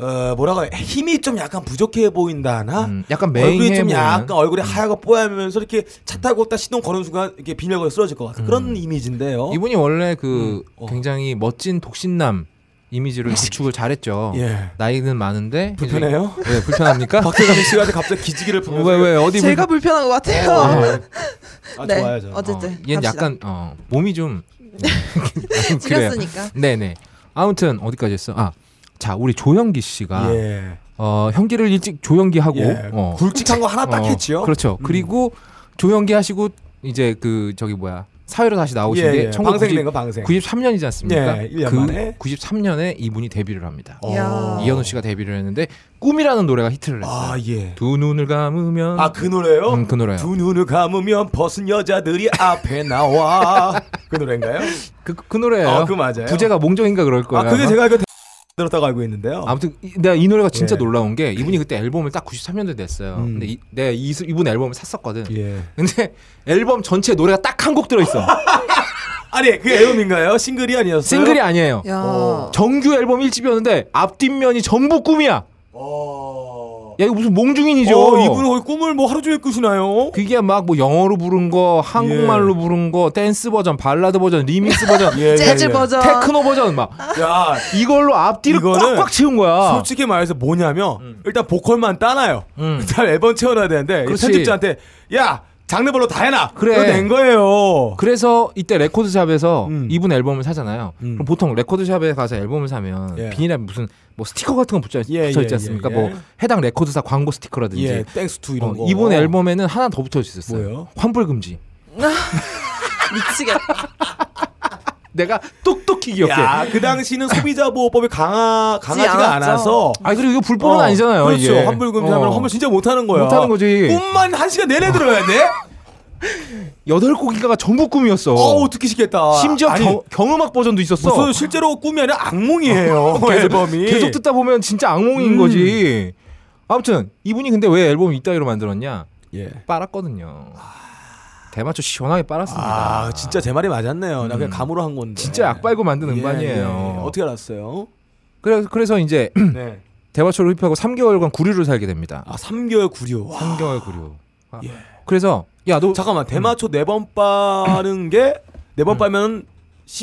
어, 뭐라고, 해 힘이 좀 약간 부족해 보인다 하나?
음, 약간
얼굴이
맹해
좀 약간
보이는. 음.
얼굴이 하얗고 뽀하면서 이렇게 차 타고 딱 시동 거는 순간 이렇게 비녀가 쓰러질 것 같은 그런 이미지인데요.
음. 이분이 원래 그
음, 어.
굉장히 멋진 독신남 이미지를 구축을 잘했죠.
예.
나이는 많은데 이제-
불편해요?
네, 불편합니까?
박재민 씨가 갑자기 기지개를 보면서.
왜왜 어디
제가
불-
불편한 것 같아요.
아,
네,
좋아야죠.
어,
어쨌든
얘는
갑시다.
약간 어, 몸이 좀 그래요.
지렸으니까.
네네. 아무튼 어디까지 했어? 아, 자 우리 조영기 씨가
예.
어, 형기를 일찍 조영기 하고
예.
아. 어,
굵직한 거 하나 딱
어,
했지요.
그렇죠. 그리고 조영기 하시고 이제 그 저기 뭐야 사회로 다시 나오신
예,
게
예.
1990
방생된 거, 방생.
93년이지 않습니까?
예, 일년
그
만에.
93년에 이분이 데뷔를 합니다.
이야.
어, 이현우 씨가 데뷔를 했는데 꿈이라는 노래가 히트를 했어요.
아, 예.
두 눈을 감으면
아, 그 노래요?
음, 그 노래요.
두 눈을 감으면 벗은 여자들이 앞에 나와. 그 노래인가요?
그, 그 노래예요.
아, 그 맞아요.
부제가 몽정인가 그럴 거예요.
아, 그게
아마.
제가 알고 들었다고 알고 있는데요.
아무튼 이- 내가 이 노래가 진짜
예.
놀라운 게 이분이 그때 앨범을 딱 93년도에 냈어요.
음.
근데 이, 내가 이, 이분 앨범을 샀었거든.
예.
근데 앨범 전체 노래가 딱 한 곡 들어있어.
아, 아니, 그게 앨범인가요? 싱글이 아니었어요?
싱글이 아니에요.
야.
정규 앨범 1집이었는데 앞뒷면이 전부 꿈이야. 야 이거 무슨 몽중인이죠.
어, 이분은 거의 꿈을 뭐 하루 종일 꾸시나요?
그게 막 뭐 영어로 부른 거, 한국말로 부른 거, 댄스 버전, 발라드 버전, 리믹스 버전,
예, 예, 재즈 예. 버전.
네. 테크노 버전 막
야,
이걸로 앞뒤를
이거는
꽉꽉 채운 거야.
솔직히 말해서 뭐냐면 일단 보컬만 따놔요. 일단 앨범 채워놔야 되는데 이
음. 그렇지.
편집자한테 야 장르별로 다 해놔.
그래.
이거 낸 거예요.
그래서 이때 레코드샵에서
음.
이분 앨범을 사잖아요. 그럼 보통 레코드샵에 가서 앨범을 사면
예.
비닐에 무슨 뭐 스티커 같은 거 붙여,
예,
붙여 있지
예,
않습니까?
예, 예.
뭐 해당 레코드사 광고 스티커라든지.
예, 땡스 투 이런
어,
거.
이분 앨범에는 하나 더 붙여 있었어요.
뭐예요?
환불 금지.
미치겠다.
내가 똑똑히 기억해.
야, 그 당시는 소비자 보호법이 강하 강하지가
않았죠.
않아서
아 그리고 이거 불법은 아니잖아요.
그렇죠.
이게.
환불 금지하면
어.
환불 진짜 못하는 거야.
못하는 거지.
꿈만 한 시간 내내 들어야 돼?
여덟 곡인가가 전부 꿈이었어.
어우 듣기 싫겠다.
심지어
아니,
경, 경음악 버전도 있었어.
무슨 실제로 꿈이 아니라 악몽이에요.
계속,
앨범이
계속 듣다 보면 진짜 악몽인
음.
거지. 아무튼 이분이 근데 왜 앨범 이따위로 만들었냐?
예.
빨았거든요. 대마초 시원하게 빨았습니다.
아 진짜 제 말이 맞았네요. 나 그냥 감으로 한 건데.
음. 진짜 악빨고 만든
예,
음반이에요.
예. 어떻게 알았어요?
그래서 그래서 이제
네.
대마초를 흡입하고 3개월간 구류를 살게 됩니다.
아 3개월 구류. 와.
3개월 구류. 아, 그래서 야 너
잠깐만 대마초 네 번 빠는 게 네
음.
번 빠면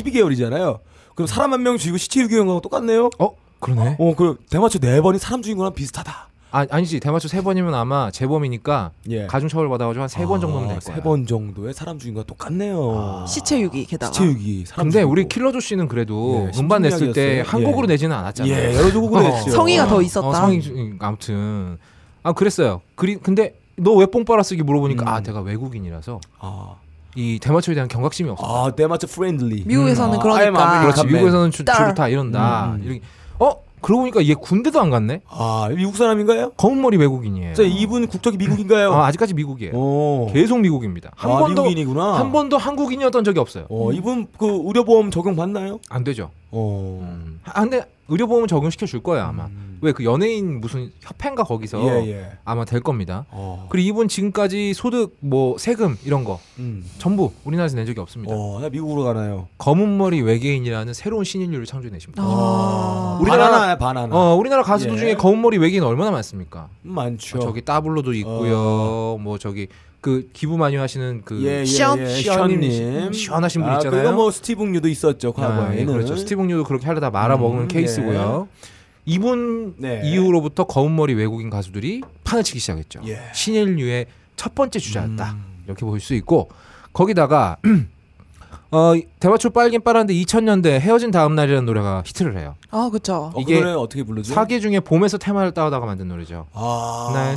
12개월이잖아요. 그럼 사람 한 명 죽이고 시체 유기용하고 똑같네요.
어 그러네.
어, 그럼 대마초 네 번이 사람 죽인 거랑 비슷하다.
아, 아니지 대마초 세 번이면 아마 재범이니까
예. 어,
가중 처벌 받아가지고 한 세 번 정도면 될 거야. 아.
세번 정도의 사람 죽인 거랑 똑같네요.
시체 유기 게다가.
시체 유기. 사람
근데
죽이고.
우리 킬러조 씨는 그래도
예,
음반 냈을 때
심층이학이었어요.
한
예.
곡으로 내지는 않았잖아요.
예, 여러 곡으로
어.
냈죠.
성의가 더 있었다.
어, 성이 아무튼 아 그랬어요. 그리 근데 너 왜 뽕 빨았으기 물어보니까
음.
아 내가 외국인이라서
아,
이 대마초에 대한 경각심이 없어.
아 대마초 프렌들리.
미국에서는
음, 아, I am
그러니까.
American.
그렇지
아,
미국에서는 주,
딸.
주로 다 이런다.
음, 음.
이렇게 어 그러고 보니까 얘 군대도 안 갔네.
아 미국 사람인가요?
검은 머리 외국인이에요.
자 이분 국적이 미국인가요?
예. 아, 아직까지 미국이에요.
오.
계속 미국입니다. 한
어. 아,
번도
미국인이구나.
한 번도 한국인이었던 적이 없어요.
어, 이분 그 의료보험 적용 받나요?
안 되죠.
어.
음. 아, 근데 의료보험은 적용시켜 줄 거예요 아마. 왜 그 연예인 무슨 협회인가 거기서
음. 예, 예.
아마 될 겁니다.
어.
그리고 이분 지금까지 소득 뭐 세금 이런 거
음.
전부 우리나라에서 낸 적이 없습니다.
어, 나 미국으로 가나요?
검은 머리 외계인이라는 새로운 신인류를 창조해내십니다.
아.
우리나라-
어, 바나나야, 바나나.
어 우리나라 가수들
예.
중에 검은 머리 외계인 얼마나 많습니까?
많죠.
어, 저기 따블로도 있고요.
어.
뭐 저기 그 기부 많이 하시는 그
예,
시원-
시원님
시원님. 시원하신 분 있잖아요.
그거 뭐 스티븐유도 있었죠
아,
과거에는. 네.
예, 그렇죠. 스티븐 유도 그렇게 하려다 말아 먹은
음,
케이스고요. 이분
네.
이후로부터 검은 머리 외국인 가수들이 판을 치기 시작했죠.
예. 음.
신인류의 첫 번째 주자였다. 이렇게 볼 수 있고 거기다가 어, 대마초 빨긴 빨았는데 2000년대 헤어진 다음 날이라는 노래가 히트를 해요.
아 그렇죠.
어,
이게
그 노래 어떻게 부르죠?
사계 중에 봄에서 테마를 따오다가 만든 노래죠.
아.
날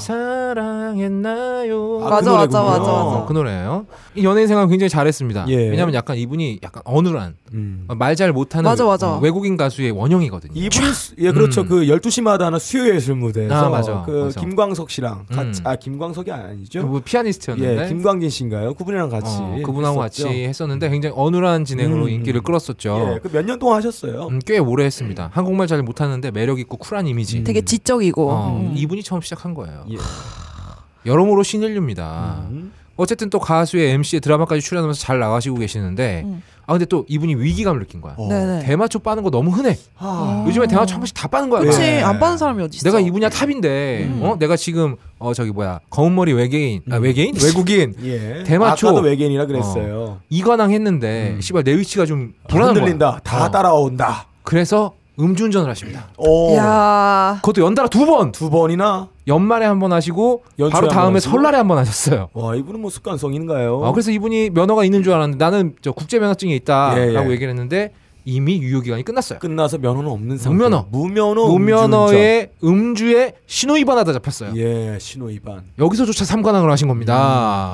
사랑했나요?
아,
맞아, 맞아,
노래군요.
맞아, 맞아.
어, 그 노래예요. 이 연예인 생활 굉장히 잘했습니다.
예.
왜냐하면 약간 이분이 약간 어눌한
음.
말 잘 못하는
맞아, 맞아.
어, 외국인 가수의 원형이거든요.
이분 수- 예 그렇죠
음.
그 12시마다 하는 수요 예술 무대에서
아, 맞아,
그
맞아.
김광석 씨랑 같이
음.
아 김광석이 아니죠
뭐 피아니스트였는데
예 김광진 씨인가요 그분이랑 같이
어, 그분하고
했었죠.
같이 했었는데 굉장히 어눌한 진행으로
음.
인기를 끌었었죠.
예, 그 몇 년 동안 하셨어요
음, 꽤 오래 했습니다. 한국말 잘 못하는데 매력 있고 쿨한 이미지.
되게 지적이고.
음. 어,
음.
이분이 처음 시작한 거예요.
예.
여러모로 신인류입니다.
음.
어쨌든 또 가수의 MC의 드라마까지 출연하면서 잘 나가시고 계시는데
음.
아 근데 또 이분이 위기감을 느낀 거야.
어.
네네. 어.
대마초 빠는 거 너무 흔해.
아.
요즘에 대마초 한 번씩 다 빠는 거야.
그렇지
네.
안 빠는 사람이 어디 있어?
내가 이 분야 탑인데
음.
어 내가 지금 어 저기 뭐야 검은 머리 외계인 아 외계인 외국인
예
대마초.
아까도 외계인이라 그랬어요
이관왕 했는데 씨발 내 위치가 좀 불안한 거야.
음. 흔들린다 다
어.
따라온다
그래서 음주운전을 하십니다.
오.
야.
그것도 연달아 두 번.
두 번이나
연말에 한 번 하시고
연초에
바로
한번
다음에
하시고?
설날에 한 번 하셨어요.
와 이분은 뭐 습관성인가요?
어, 그래서 이분이 면허가 있는 줄 알았는데 나는 저 국제 면허증이
예, 예.
있다라고 얘기를 했는데 이미 유효 기간이 끝났어요.
끝나서 면허는 없는 상태.
무면허.
무면허.
무면허의 음주에 신호 위반하다 잡혔어요.
음주운전. 예 신호 예, 위반.
음.
여기서조차 삼관왕을 하신 겁니다.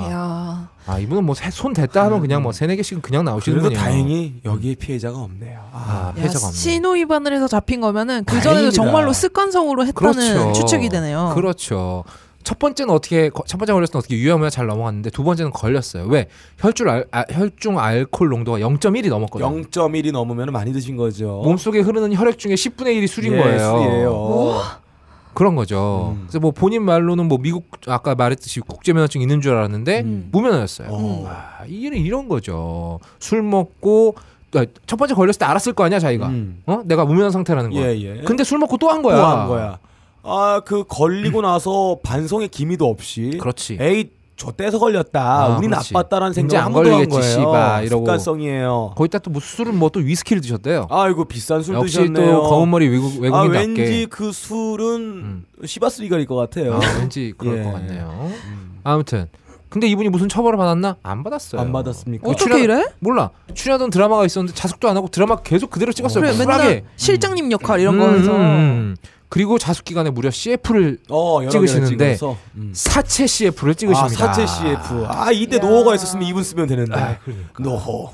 야.
아 이분은 뭐 손 댔다 하면 그냥 뭐
음.
세네 개씩은 그냥 나오시는
그래도
거예요. 음.
다행히 여기에 피해자가 없네요.
아,
야,
폐자가 없네.
신호 위반을 해서 잡힌 거면은 그 전에도
다행이다.
정말로 습관성으로 했다는 추측이 되네요.
그렇죠. 첫 번째는 어떻게 거- 첫 번째 걸렸을 때 어떻게 유야무야 잘 넘어갔는데 두 번째는 걸렸어요. 왜 혈중 알, 아, 혈중 알코올 농도가 0.1이 넘었거든요.
0.1이 넘으면 많이 드신 거죠.
몸속에 흐르는 혈액 중에 10분의 1이 술인
예,
거예요. 뭐?
술이에요. 오.
그런 거죠.
음.
그래서 뭐 본인 말로는 뭐 미국 아까 말했듯이 국제면허증 있는 줄 알았는데
음.
무면허였어요. 아, 이런 이런 거죠. 술 먹고 아, 첫 번째 걸렸을 때 알았을 거 아니야 자기가. 어? 내가 무면허 상태라는 거.
음. 예, 예.
근데 술 먹고 또 한 거야.
또 한 거야. 아, 그 걸리고 나서 반성의 기미도 없이. 그렇지. 에이, 저 떼서 걸렸다.
아,
우리
그렇지.
나빴다라는
이제
생각
안
아무도 한
걸리겠지,
거예요.
씨발, 이러고.
습관성이에요.
거기다 또 뭐 술은 뭐 또 위스키를 드셨대요.
아이고 비싼 술
역시
드셨네요.
또 검은 머리 외국
아,
외국인답게. 음.
왠지 그 술은 시바스리갈일 것 같아요.
아, 왠지 그럴
예. 음.
것 같네요. 아무튼 근데 이분이 무슨 처벌을 받았나? 안 받았어요.
안 받았습니까?
그
어떻게
출연-
이래?
몰라. 출연하던 드라마가 있었는데 자숙도 안 하고 드라마 계속 그대로 찍었어요.
그래 맨날
뭐 쿨하게.
실장님 역할 이런
음,
거 해서
음. 그리고 자숙 기간에 무려 CF를
어, 여러 개를
찍으시는데
찍어서. 음.
사채 CF를 찍으십니다.
아, 사채 CF. 아, 이때 노호가 있었으면 이분 쓰면 되는데.
아,
노호.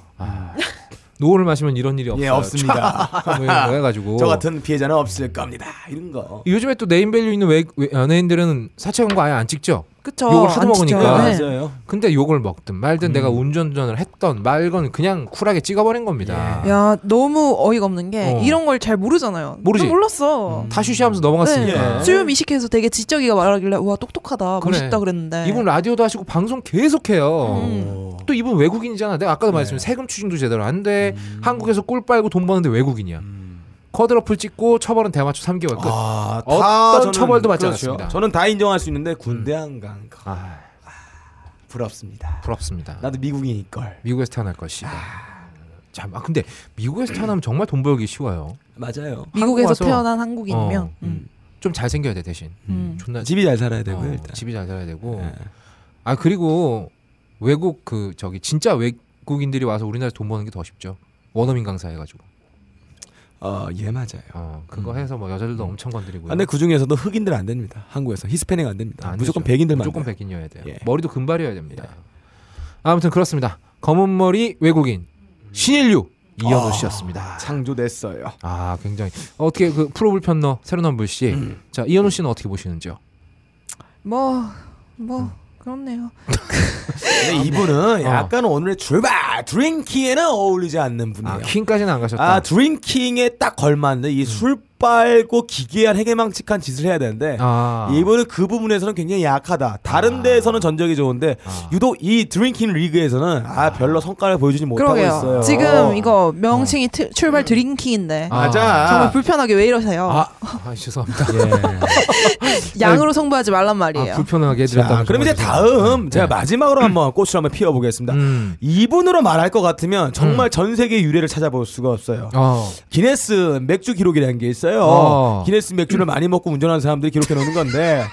노를 마시면 이런 일이 그러니까. 없어요.
예, 없습니다.
촤! 뭐 이런 거 해가지고
저 같은 피해자는 없을 겁니다. 이런 거.
요즘에 또 네임밸류 있는 외, 외- 연예인들은 사채 광고 아예 안 찍죠.
그쵸,
아,
욕을 하도
안 찍죠.
먹으니까.
네. 맞아요.
근데 욕을 먹든 말든 내가
음.
운전전을 했던 말건 그냥 쿨하게 찍어버린 겁니다.
예.
야 너무 어이가 없는 게
어.
이런 걸 잘 모르잖아요.
모르지. 음.
난 몰랐어.
다 쉬쉬하면서 넘어갔으니까.
네. 수요 미식회에서 되게 지적이가 말하길래 우와 똑똑하다
그래.
멋있다 그랬는데
이분 라디오도 하시고 방송 계속해요.
음.
또 이분 외국인이잖아. 내가
네.
아까도 말했지만 세금 추징도 제대로 안 돼.
음.
한국에서 꿀 빨고 돈 버는데 외국인이야. 쿼드러플 찍고 처벌은 대마초 3개월 끝.
아, 다
그 어떤
저는-
처벌도 받지
그렇죠.
않았습니다. 음.
저는 다 인정할 수 있는데 군대 안 간 거.
아,
부럽습니다.
부럽습니다.
나도 아, 미국인일 걸.
미국에서 태어날 것이. 참, 아 근데 미국에서 태어나면 정말 돈 벌기 쉬워요.
맞아요.
미국에서
와서-
태어난 한국인이면 음.
어, 좀 잘생겨야 돼 대신.
음.
존나
집이 잘 살아야 되고
음.
예.
어,
요
집이 잘 살아야 되고. 아 그리고 외국 그 저기 진짜 외국인들이 와서 우리나라에서 돈 버는 게 더 쉽죠. 원어민 강사 해가지고.
어예 맞아요.
그거 해서 뭐 여자들도 엄청 건드리고.
근데 그 중에서도 흑인들 안 됩니다. 한국에서 히스패닉 안 됩니다. 무조건 백인들만.
무조건
돼요. 예.
백인이어야 돼요. 머리도 금발이어야 됩니다. 아무튼 그렇습니다. 검은 머리 외국인 신인류 이현우
아,
씨였습니다.
창조됐어요.
아 굉장히 어떻게 그 프로 불편 너 새로 나온 불씨.
음.
자 이현우 씨는 어떻게 보시는지요?
뭐뭐 그렇네요.
근데 이분은 약간 오늘의 출발 드링킹에는 어울리지 않는 분이에요. 아,
킹까지는 안 가셨다.
드링킹에 딱 걸맞는 이 술 빨고 기괴한 행해망측한 짓을 해야 되는데
아.
이분은 그 부분에서는 굉장히 약하다. 다른 데에서는 전적이 좋은데 유독 이 드링킹 리그에서는 아 별로 성과를 보여주지 못하고
그러게요.
있어요.
지금 이거 명칭이 트- 출발 드링킹인데
맞아.
정말 불편하게 왜 이러세요?
음. 아, 아, 죄송합니다.
양으로 성부하지 말란 말이에요.
아, 불편하게
자, 그럼 이제 다음 제가
네.
마지막으로 한번 꽃을 한번 피워보겠습니다.
음.
이분으로 말할 것 같으면 정말 전 세계 유래를 찾아볼 수가 없어요.
어.
기네스 맥주 기록이라는 게 있어요.
어.
기네스 맥주를 많이 먹고 운전하는 사람들이 기록해 놓는 건데,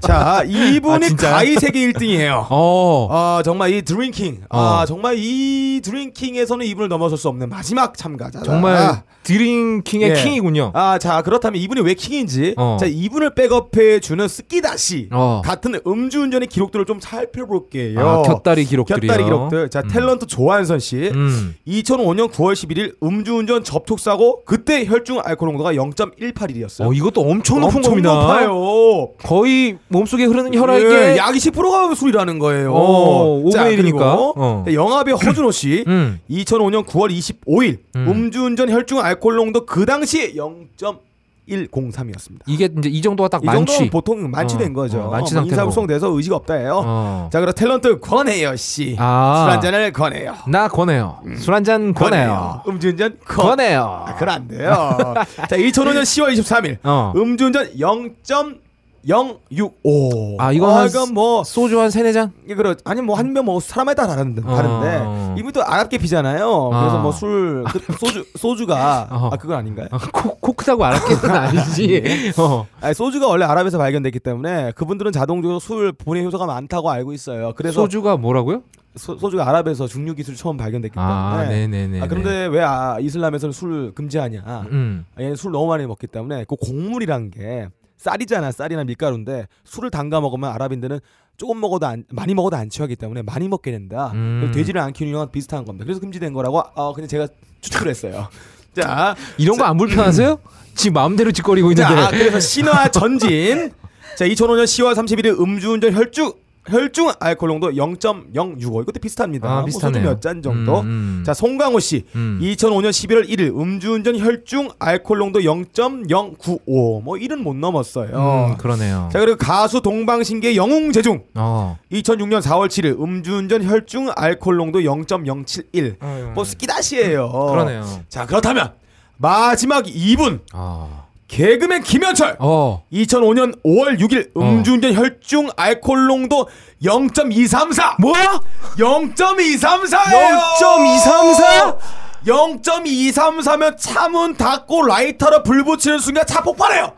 자 이분이
아, 진짜요?
가히 세계 1등이에요.
어.
아 정말 이 드링킹, 아
어.
정말 이 드링킹에서는 이분을 넘어설 수 없는 마지막 참가자.
정말
아.
드링킹의
예.
킹이군요.
아, 자, 그렇다면 이분이 왜 킹인지,
어.
자, 이분을 백업해 주는 스키다시
어.
같은 음주운전의 기록들을 좀 살펴볼게요.
아, 곁다리 기록들이요.
곁다리 기록들. 자, 탤런트 조한선 씨.
음.
2005년 9월 11일 음주운전 접촉사고, 그때 혈중 알코올 농도가 0.181이었어요.
어, 이것도 엄청 높은 겁니다.
높아요.
거의 몸속에 흐르는 혈액의
예, 약 20%가 술이라는 거예요.
어,
자,
5분의 1이니까.
그리고 네,
어.
영화배 허준호 씨
음.
2005년 9월 25일
음.
음. 주운전 혈중 알코올 농도 그 당시 0.103이었습니다.
이게 이제 이 정도가 딱
이
만취.
정도는 보통 만취된
어,
거죠.
어, 만취
뭐
상태로.
인사구송돼서 의식 없다예요.
어.
자, 그럼 탤런트 권혜여 씨.
아.
술 한잔을 권해요.
나 권해요. 술 한 잔 권해요.
음주운전 음. 권-
권해요.
아, 그건 안 돼요. 자, 2005년 10월 23일.
어.
음주운전 0.065.
아, 이건 한
이건 뭐
소주 한 세네 잔?
이게 그렇 아니 뭐 한 병 먹어 사람에 따라 다른데
어.
다른데 이분도 아랍계 피잖아요. 그래서
아. 어.
뭐 술 소주 소주가 아 그건 아닌가요?
코 코크다고 알았겠는
예.
아니지. 어.
아니, 소주가 원래 아랍에서 발견됐기 때문에 그분들은 자동적으로 술 본인 효소가 많다고 알고 있어요. 그래서
소주가 뭐라고요?
소, 소주가 아랍에서 중류 기술 처음 발견됐기 때문에.
아, 네네네.
아, 그런데 왜 아, 이슬람에서는 술 금지하냐?
음.
아, 얘는 술 너무 많이 먹기 때문에 그 곡물이란 게 쌀이잖아, 쌀이나 밀가루인데 술을 담가 먹으면 아랍인들은 조금 먹어도 안, 많이 먹어도 안 취하기 때문에 많이 먹게 된다.
음.
그래서 돼지를 안 키우는 건 비슷한 겁니다. 그래서 금지된 거라고 어, 그냥 제가 추측을 했어요. 자,
이런 거 안 불편하세요? 지금 마음대로 짓거리고 있는데.
자, 그래서 신화 전진. 자, 2005년 10월 31일 음주운전 혈중 혈중 알코올 농도 0.065. 이것도 비슷합니다.
아,
뭐
비슷하네요.
소주 몇잔 정도.
음, 음.
자, 송강호 씨. 2005년 11월 1일 음주운전 혈중 알코올 농도 0.095. 뭐 이런 못 넘었어요.
음, 그러네요.
자, 그리고 가수 동방신기의 영웅 재중.
어.
2006년 4월 7일 음주운전 혈중 알코올 농도 0.071. 뭐 어. 스키다시예요.
그러네요.
자 그렇다면 마지막 2분. 어. 개그맨 김현철.
어.
2005년 5월 6일 음주운전 혈중 알코올 농도 0.234. 뭐야? 0.234예요.
0.234?
0.234면 차문 닫고 라이터로 불 붙이는 순간 차 폭발해요.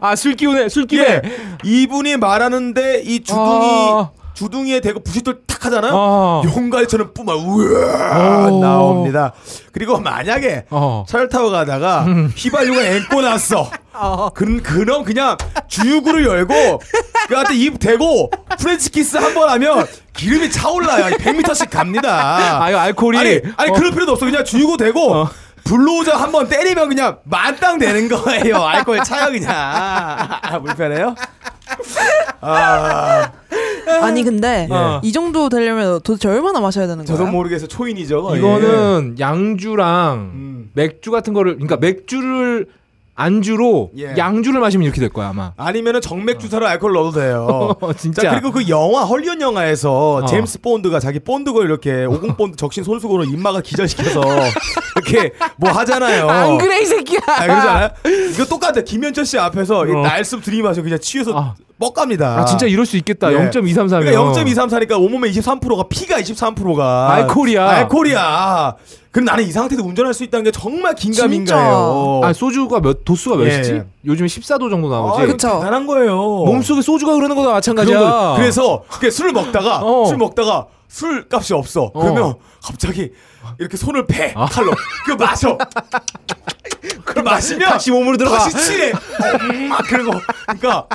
아 술기운에 술기운에
예. 이분이 말하는데 이 주둥이
어.
주둥이에 대고 부싯돌 탁 하잖아.
아.
용갈처럼 뿜어 우와
오.
나옵니다. 그리고 만약에
어. 음.
차를 타고 가다가 휘발유가 앵꼬 났어. 그, 그럼 그냥 주유구를 열고 그한테 입 대고 프렌치 키스 한 번 하면 기름이 차올라요. 100m씩 갑니다.
아, 이거 알코올이?
아니, 아니
어.
그럴 필요도 없어. 그냥 주유구 대고 블로우저 한 번 때리면 그냥 만땅 되는 거예요. 알코올 차요 그냥. 아, 불편해요? 아.
네. 아니 근데
예.
이 정도 되려면 도대체 얼마나 마셔야 되는 거야?
저도
뭐
모르겠어 초인이죠. 거의. 예. 음.
이거는 양주랑 맥주 같은 거를 그러니까 맥주를 안주로
예.
양주를 마시면 이렇게 될 거야 아마.
아니면은 정맥주사로 알코올 넣어도 돼요.
진짜.
자, 그리고 그 영화 헐리언 영화에서
어.
제임스 본드가 자기 본드걸 이렇게 오공 본드 적신 손수건으로 입마가 기절시켜서 이렇게 뭐 하잖아요.
안 그래 이 새끼야.
아, 그러지 않아요? 이거 똑같아. 김현철 씨 앞에서 이
어.
날숨 들이마셔 그냥 치여서 뻑갑니다.
아 진짜 이럴 수 있겠다.
예.
0.234면.
그러니까 0.234니까 온몸에 23%가 피가 23%가
알코올이야.
알코올이야. 그럼 나는 이 상태에서 운전할 수 있다는 게 정말 긴가민가해요.
아 소주가 몇 도수가 몇이지?
예.
요즘에 14도 정도 나오지.
아, 그쵸. 대단한 거예요.
몸속에 소주가 흐르는 거나 마찬가지야.
그런 거. 그래서 그게 술을 먹다가
어.
술 먹다가 술 값이 없어. 그러면 갑자기 이렇게 손을 패
아.
칼로 그 마셔. 그걸 마시면
다시 몸으로 들어가.
다시 칠해. 음, 막 그러고 그러니까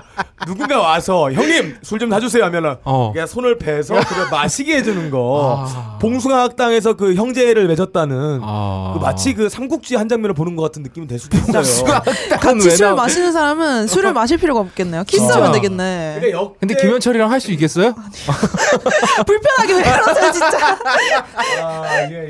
누군가 와서 형님 술 좀 사주세요 하면은
어.
그냥 손을 패서 그걸 마시게 해주는 거. 봉숭아 학당에서 그 형제를 맺었다는
아.
그 마치 그 삼국지 한 장면을 보는 것 같은 느낌이 될 수도 있어요.
그러니까 같이 술 마시는 사람은 술을 마실 필요가 없겠네요.
진짜.
키스하면 되겠네.
근데 역
근데 김현철이랑 할 수 있겠어요?
아, 불편하게 왜 그러세요 진짜.
아, 예,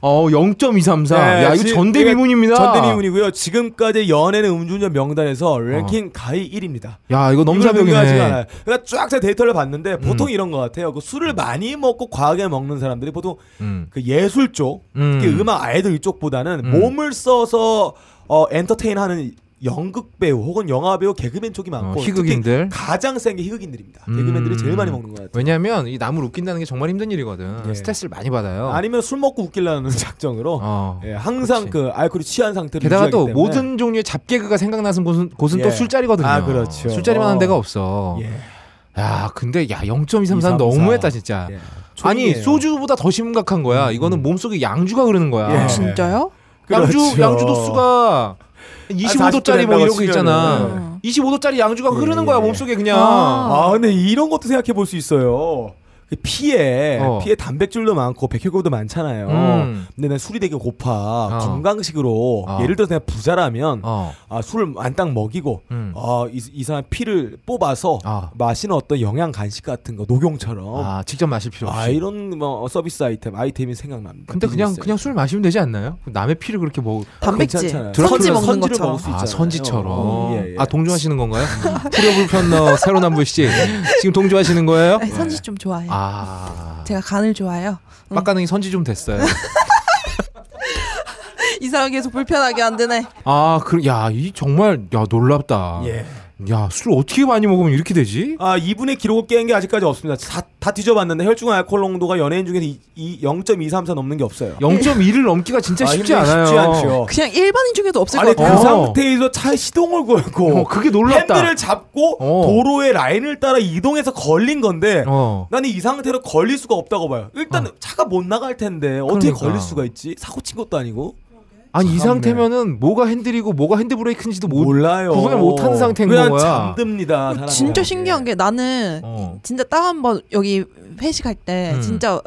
어 0.234.
네,
야 예, 이거
지-
전대미문입니다.
전대미문이고요. 지금까지 연예는 음주운전 명단에서 랭킹 가히 1위입니다.
야 이거 어. 넘사벽이네. 음.
그러니까 쫙제 데이터를 봤는데 보통 이런 것 같아요. 그 술을 많이 먹고 과하게 먹는 사람들이 보통
음.
그 예술 쪽,
음.
특히 음악 아이돌 이쪽보다는
음.
몸을 써서 어, 엔터테인하는 연극 배우 혹은 영화 배우 개그맨 쪽이 많고
어, 희극인들. 음.
특히 가장 센 게 희극인들입니다. 개그맨들이 제일 많이 먹는 것 같아요.
왜냐하면 이 남을 웃긴다는 게 정말 힘든 일이거든. 스트레스를 많이 예. 받아요. 어.
아니면 술 먹고 웃기려는 작정으로 예, 항상 그 알코올이 취한 상태로
게다가
유지하기
또
때문에.
모든 종류의 잡개그가 생각나는 곳은, 곳은
예.
또 술자리거든요.
아, 그렇죠.
술자리만 하는 데가 없어.
예.
예. 야, 근데 야 0.234는
234.
너무했다 진짜. 아니
예. 초인이에요. 음.
소주보다 더 심각한 거야. 이거는 몸속에 양주가 흐르는 거야.
예.
진짜요?
양주
그렇죠. 아,
양주 도수가 25도짜리 뭐 이런 거 있잖아. 25도짜리 양주가 흐르는 거야 몸속에 그냥.
예, 아, 근데 이런 것도 생각해 볼 수 있어요. 그 피에
어.
피에 단백질도 많고 백혈구도 많잖아요.
음. 어.
근데 난 술이 되게 고파 건강식으로 예를 들어서 그냥 부자라면 아, 술을 만땅 먹이고
음.
아, 이, 이 사람 피를 뽑아서 마시는 어떤 영양 간식 같은 거 녹용처럼
아, 직접 마실 필요 없이.
어. 아, 이런 뭐 서비스 아이템 아이템이 생각납니다.
근데 그냥
비즈니스에.
그냥 술 마시면 되지 않나요? 남의 피를 그렇게 먹
단백질. 괜찮잖아요.
드라큘라
선지 먹는
선지를
것처럼.
먹을 수 있잖아요.
아,
아 선지처럼.
어, 예, 음. 예.
아 동조하시는 건가요? 불협불편너 새로남부 씨 지금 동조하시는 거예요?
네.
아니, 네, 선지 좀 좋아해요.
아
제가 간을 좋아해요.
음.
빡가능이 선지 좀 됐어요.
이 사람 계속 불편하게 안 되네.
어.
아, 그, 야, 이 정말, 야, 놀랍다.
예.
야, 술 어떻게 많이 먹으면 이렇게 되지?
아 이분의 기록을 깬 게 아직까지 없습니다. 다, 다 뒤져봤는데 혈중 알코올 농도가 연예인 중에서 이, 이 0.234 넘는 게 없어요.
0.1을 넘기가 진짜
아,
쉽지
힘들어,
않아요.
쉽지 않죠.
그냥 일반인 중에도 없을
아니
것
그
같아요.
상태에서 차에 시동을 걸고
어, 그게 놀랍다.
핸들을 잡고
어.
도로의 라인을 따라 이동해서 걸린 건데
어.
나는 이 상태로 걸릴 수가 없다고 봐요. 일단 차가 못 나갈 텐데 어떻게
그러니까.
걸릴 수가 있지? 사고 친 것도 아니고.
아니 이 상태면은 뭐가 핸들이고 뭐가 핸드 브레이크인지도 못-
몰라요.
구분을 못한 상태인
그냥
거야.
잠듭니다. 사람은.
진짜 신기한 게 나는
어.
진짜 딱 한 번 여기 회식할 때
음.
진짜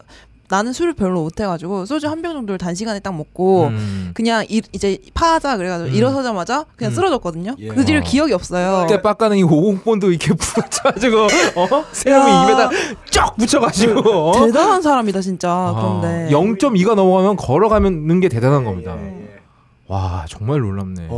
나는 술을 별로 못해가지고 소주 한 병 정도를 단시간에 딱
어.
먹고
음.
그냥 일- 이제 파하자 그래가지고
음.
일어서자마자 그냥
음.
쓰러졌거든요.
예.
그 뒤로
어.
기억이 없어요.
그때 빡가는 이 오공본도 이렇게 붙여가지고 어? 세움이
야.
입에다 쫙 붙여가지고 어?
대단한 사람이다 진짜.
아,
그런데
0.2가 넘어가면 걸어가는 게 대단한 겁니다.
예.
와 정말
어.
놀랍네.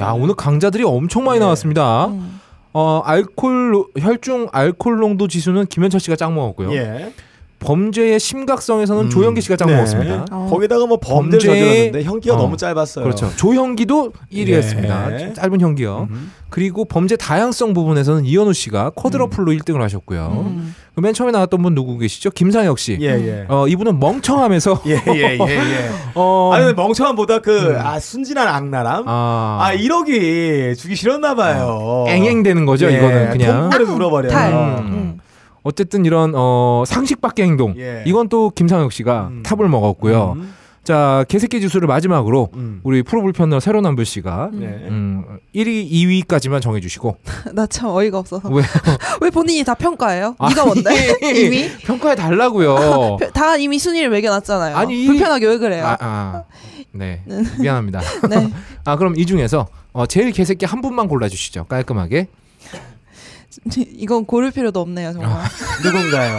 야 오늘 강자들이 엄청
네.
많이 나왔습니다.
음.
어 알코올 혈중 알코올 농도 지수는 김현철 씨가 짱 먹었고요.
예.
범죄의 심각성에서는 조영기 씨가 짱
네.
먹었습니다.
어. 거기다가 뭐 범죄를 저질렀는데 형기가 너무 짧았어요.
그렇죠. 조형기도 1위였습니다.
예.
짧은 형기요. 그리고 범죄 다양성 부분에서는 이현우 씨가
음.
쿼드러플로 1등을 하셨고요. 그맨 처음에 나왔던 분 누구 계시죠? 김상혁 씨.
예, 예.
어, 이분은 멍청하면서
예예예 예. 예.
어. 음.
아니 멍청함보다 그 아, 순진한 악나람.
아.
아 1억이 주기 싫었나 봐요.
앵앵대는 거죠,
예,
이거는 그냥. 음,
통보를 눌러버려요. 음.
탈.
음.
어쨌든 이런 어, 상식 밖의 행동
예.
이건 또 김상혁 씨가
음.
탑을 먹었고요. 자 개새끼 지수를 마지막으로
음.
우리 프로 불편너 새로남불 씨가
네.
음, 1위, 2위까지만 정해주시고
나 참 어이가 없어서
왜
왜 본인이 다 평가해요?
아,
네가 뭔데?
예.
2위? 아,
평가해 달라고요.
다 이미 순위를 매겨놨잖아요.
아니,
불편하게 왜 그래요? 네.
아, 아, 네 미안합니다. 아 그럼 이 중에서 어, 제일 개새끼 한 분만 골라주시죠 깔끔하게.
이건 고를 필요도 없네요 정말.
아,
누군가요?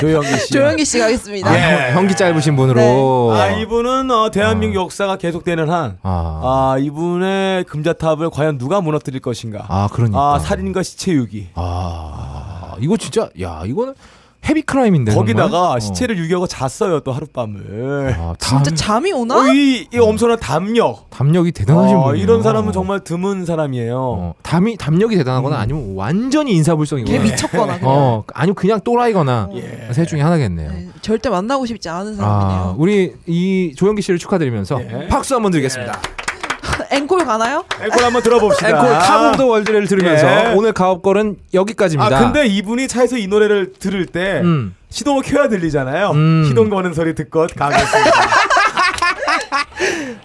조영기 씨.
조영기 씨 가겠습니다.
아, 형- 형기 짧으신 분으로.
네.
아 이분은 어,
아.
대한민국 역사가 계속되는 한, 아. 이분의 금자탑을 과연 누가 무너뜨릴 것인가?
아 그러니까.
아, 살인과 시체유기.
아 이거 진짜 야 이거는 헤비 크라임인데
거기다가
정말? 어. 아,
시체를 유기하고 잤어요 또 하룻밤을.
진짜 잠이 오나?
어, 이, 이 엄청난 담력.
담력이 대단하신
어,
분이에요. 어,
이런 사람은 정말 음. 드문 사람이에요.
담이 담력이 대단하거나 아니면 완전히 인사불성이거나
걔 미쳤거나 그냥.
어, 아니면 그냥 또라이거나
예.
셋 중에 하나겠네요.
절대 만나고 싶지 않은 사람이네요.
아, 우리 이 조영기 씨를 축하드리면서
예.
박수 한번 드리겠습니다.
그 앵콜 가나요?
앵콜 한번 들어봅시다.
앵콜 탑 오브 더 월드를 들으면서
예.
오늘 가업걸은 여기까지입니다.
아 근데 이분이 차에서 이 노래를 들을 때
음.
시동을 켜야 들리잖아요.
음.
시동 거는 소리 듣고 가겠습니다.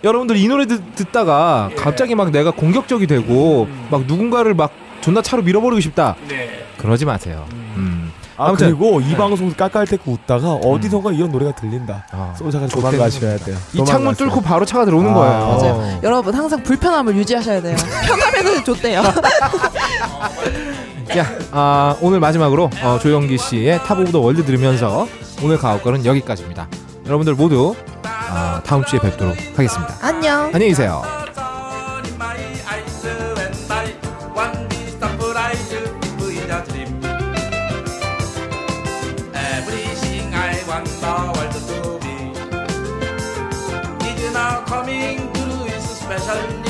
여러분들 이 노래 듣,
예.
듣다가 갑자기 막 내가 공격적이 되고
음.
막 누군가를 막 존나 차로 밀어버리고 싶다.
네.
그러지 마세요. 음.
아
아무튼.
그리고 이 방송 깔깔 대고 웃다가 어디선가 이런 노래가 들린다. 소자가 도망가셔야 돼요.
이
도망가셔야
창문
돼요.
뚫고 바로 차가 들어오는
아,
거예요.
맞아요.
여러분 항상 불편함을 유지하셔야 돼요. 편하면은 좋대요.
자, 아, 오늘 마지막으로 어, 조영기 씨의 탑 오브 더 월드 들으면서 오늘 가옥걸은 여기까지입니다. 여러분들 모두 아, 다음 주에 뵙도록 하겠습니다.
안녕.
안녕히 계세요.
아이스 왼다리 완비 서프라이즈 부이자 드림 Everything I want the world to be Is now coming to is special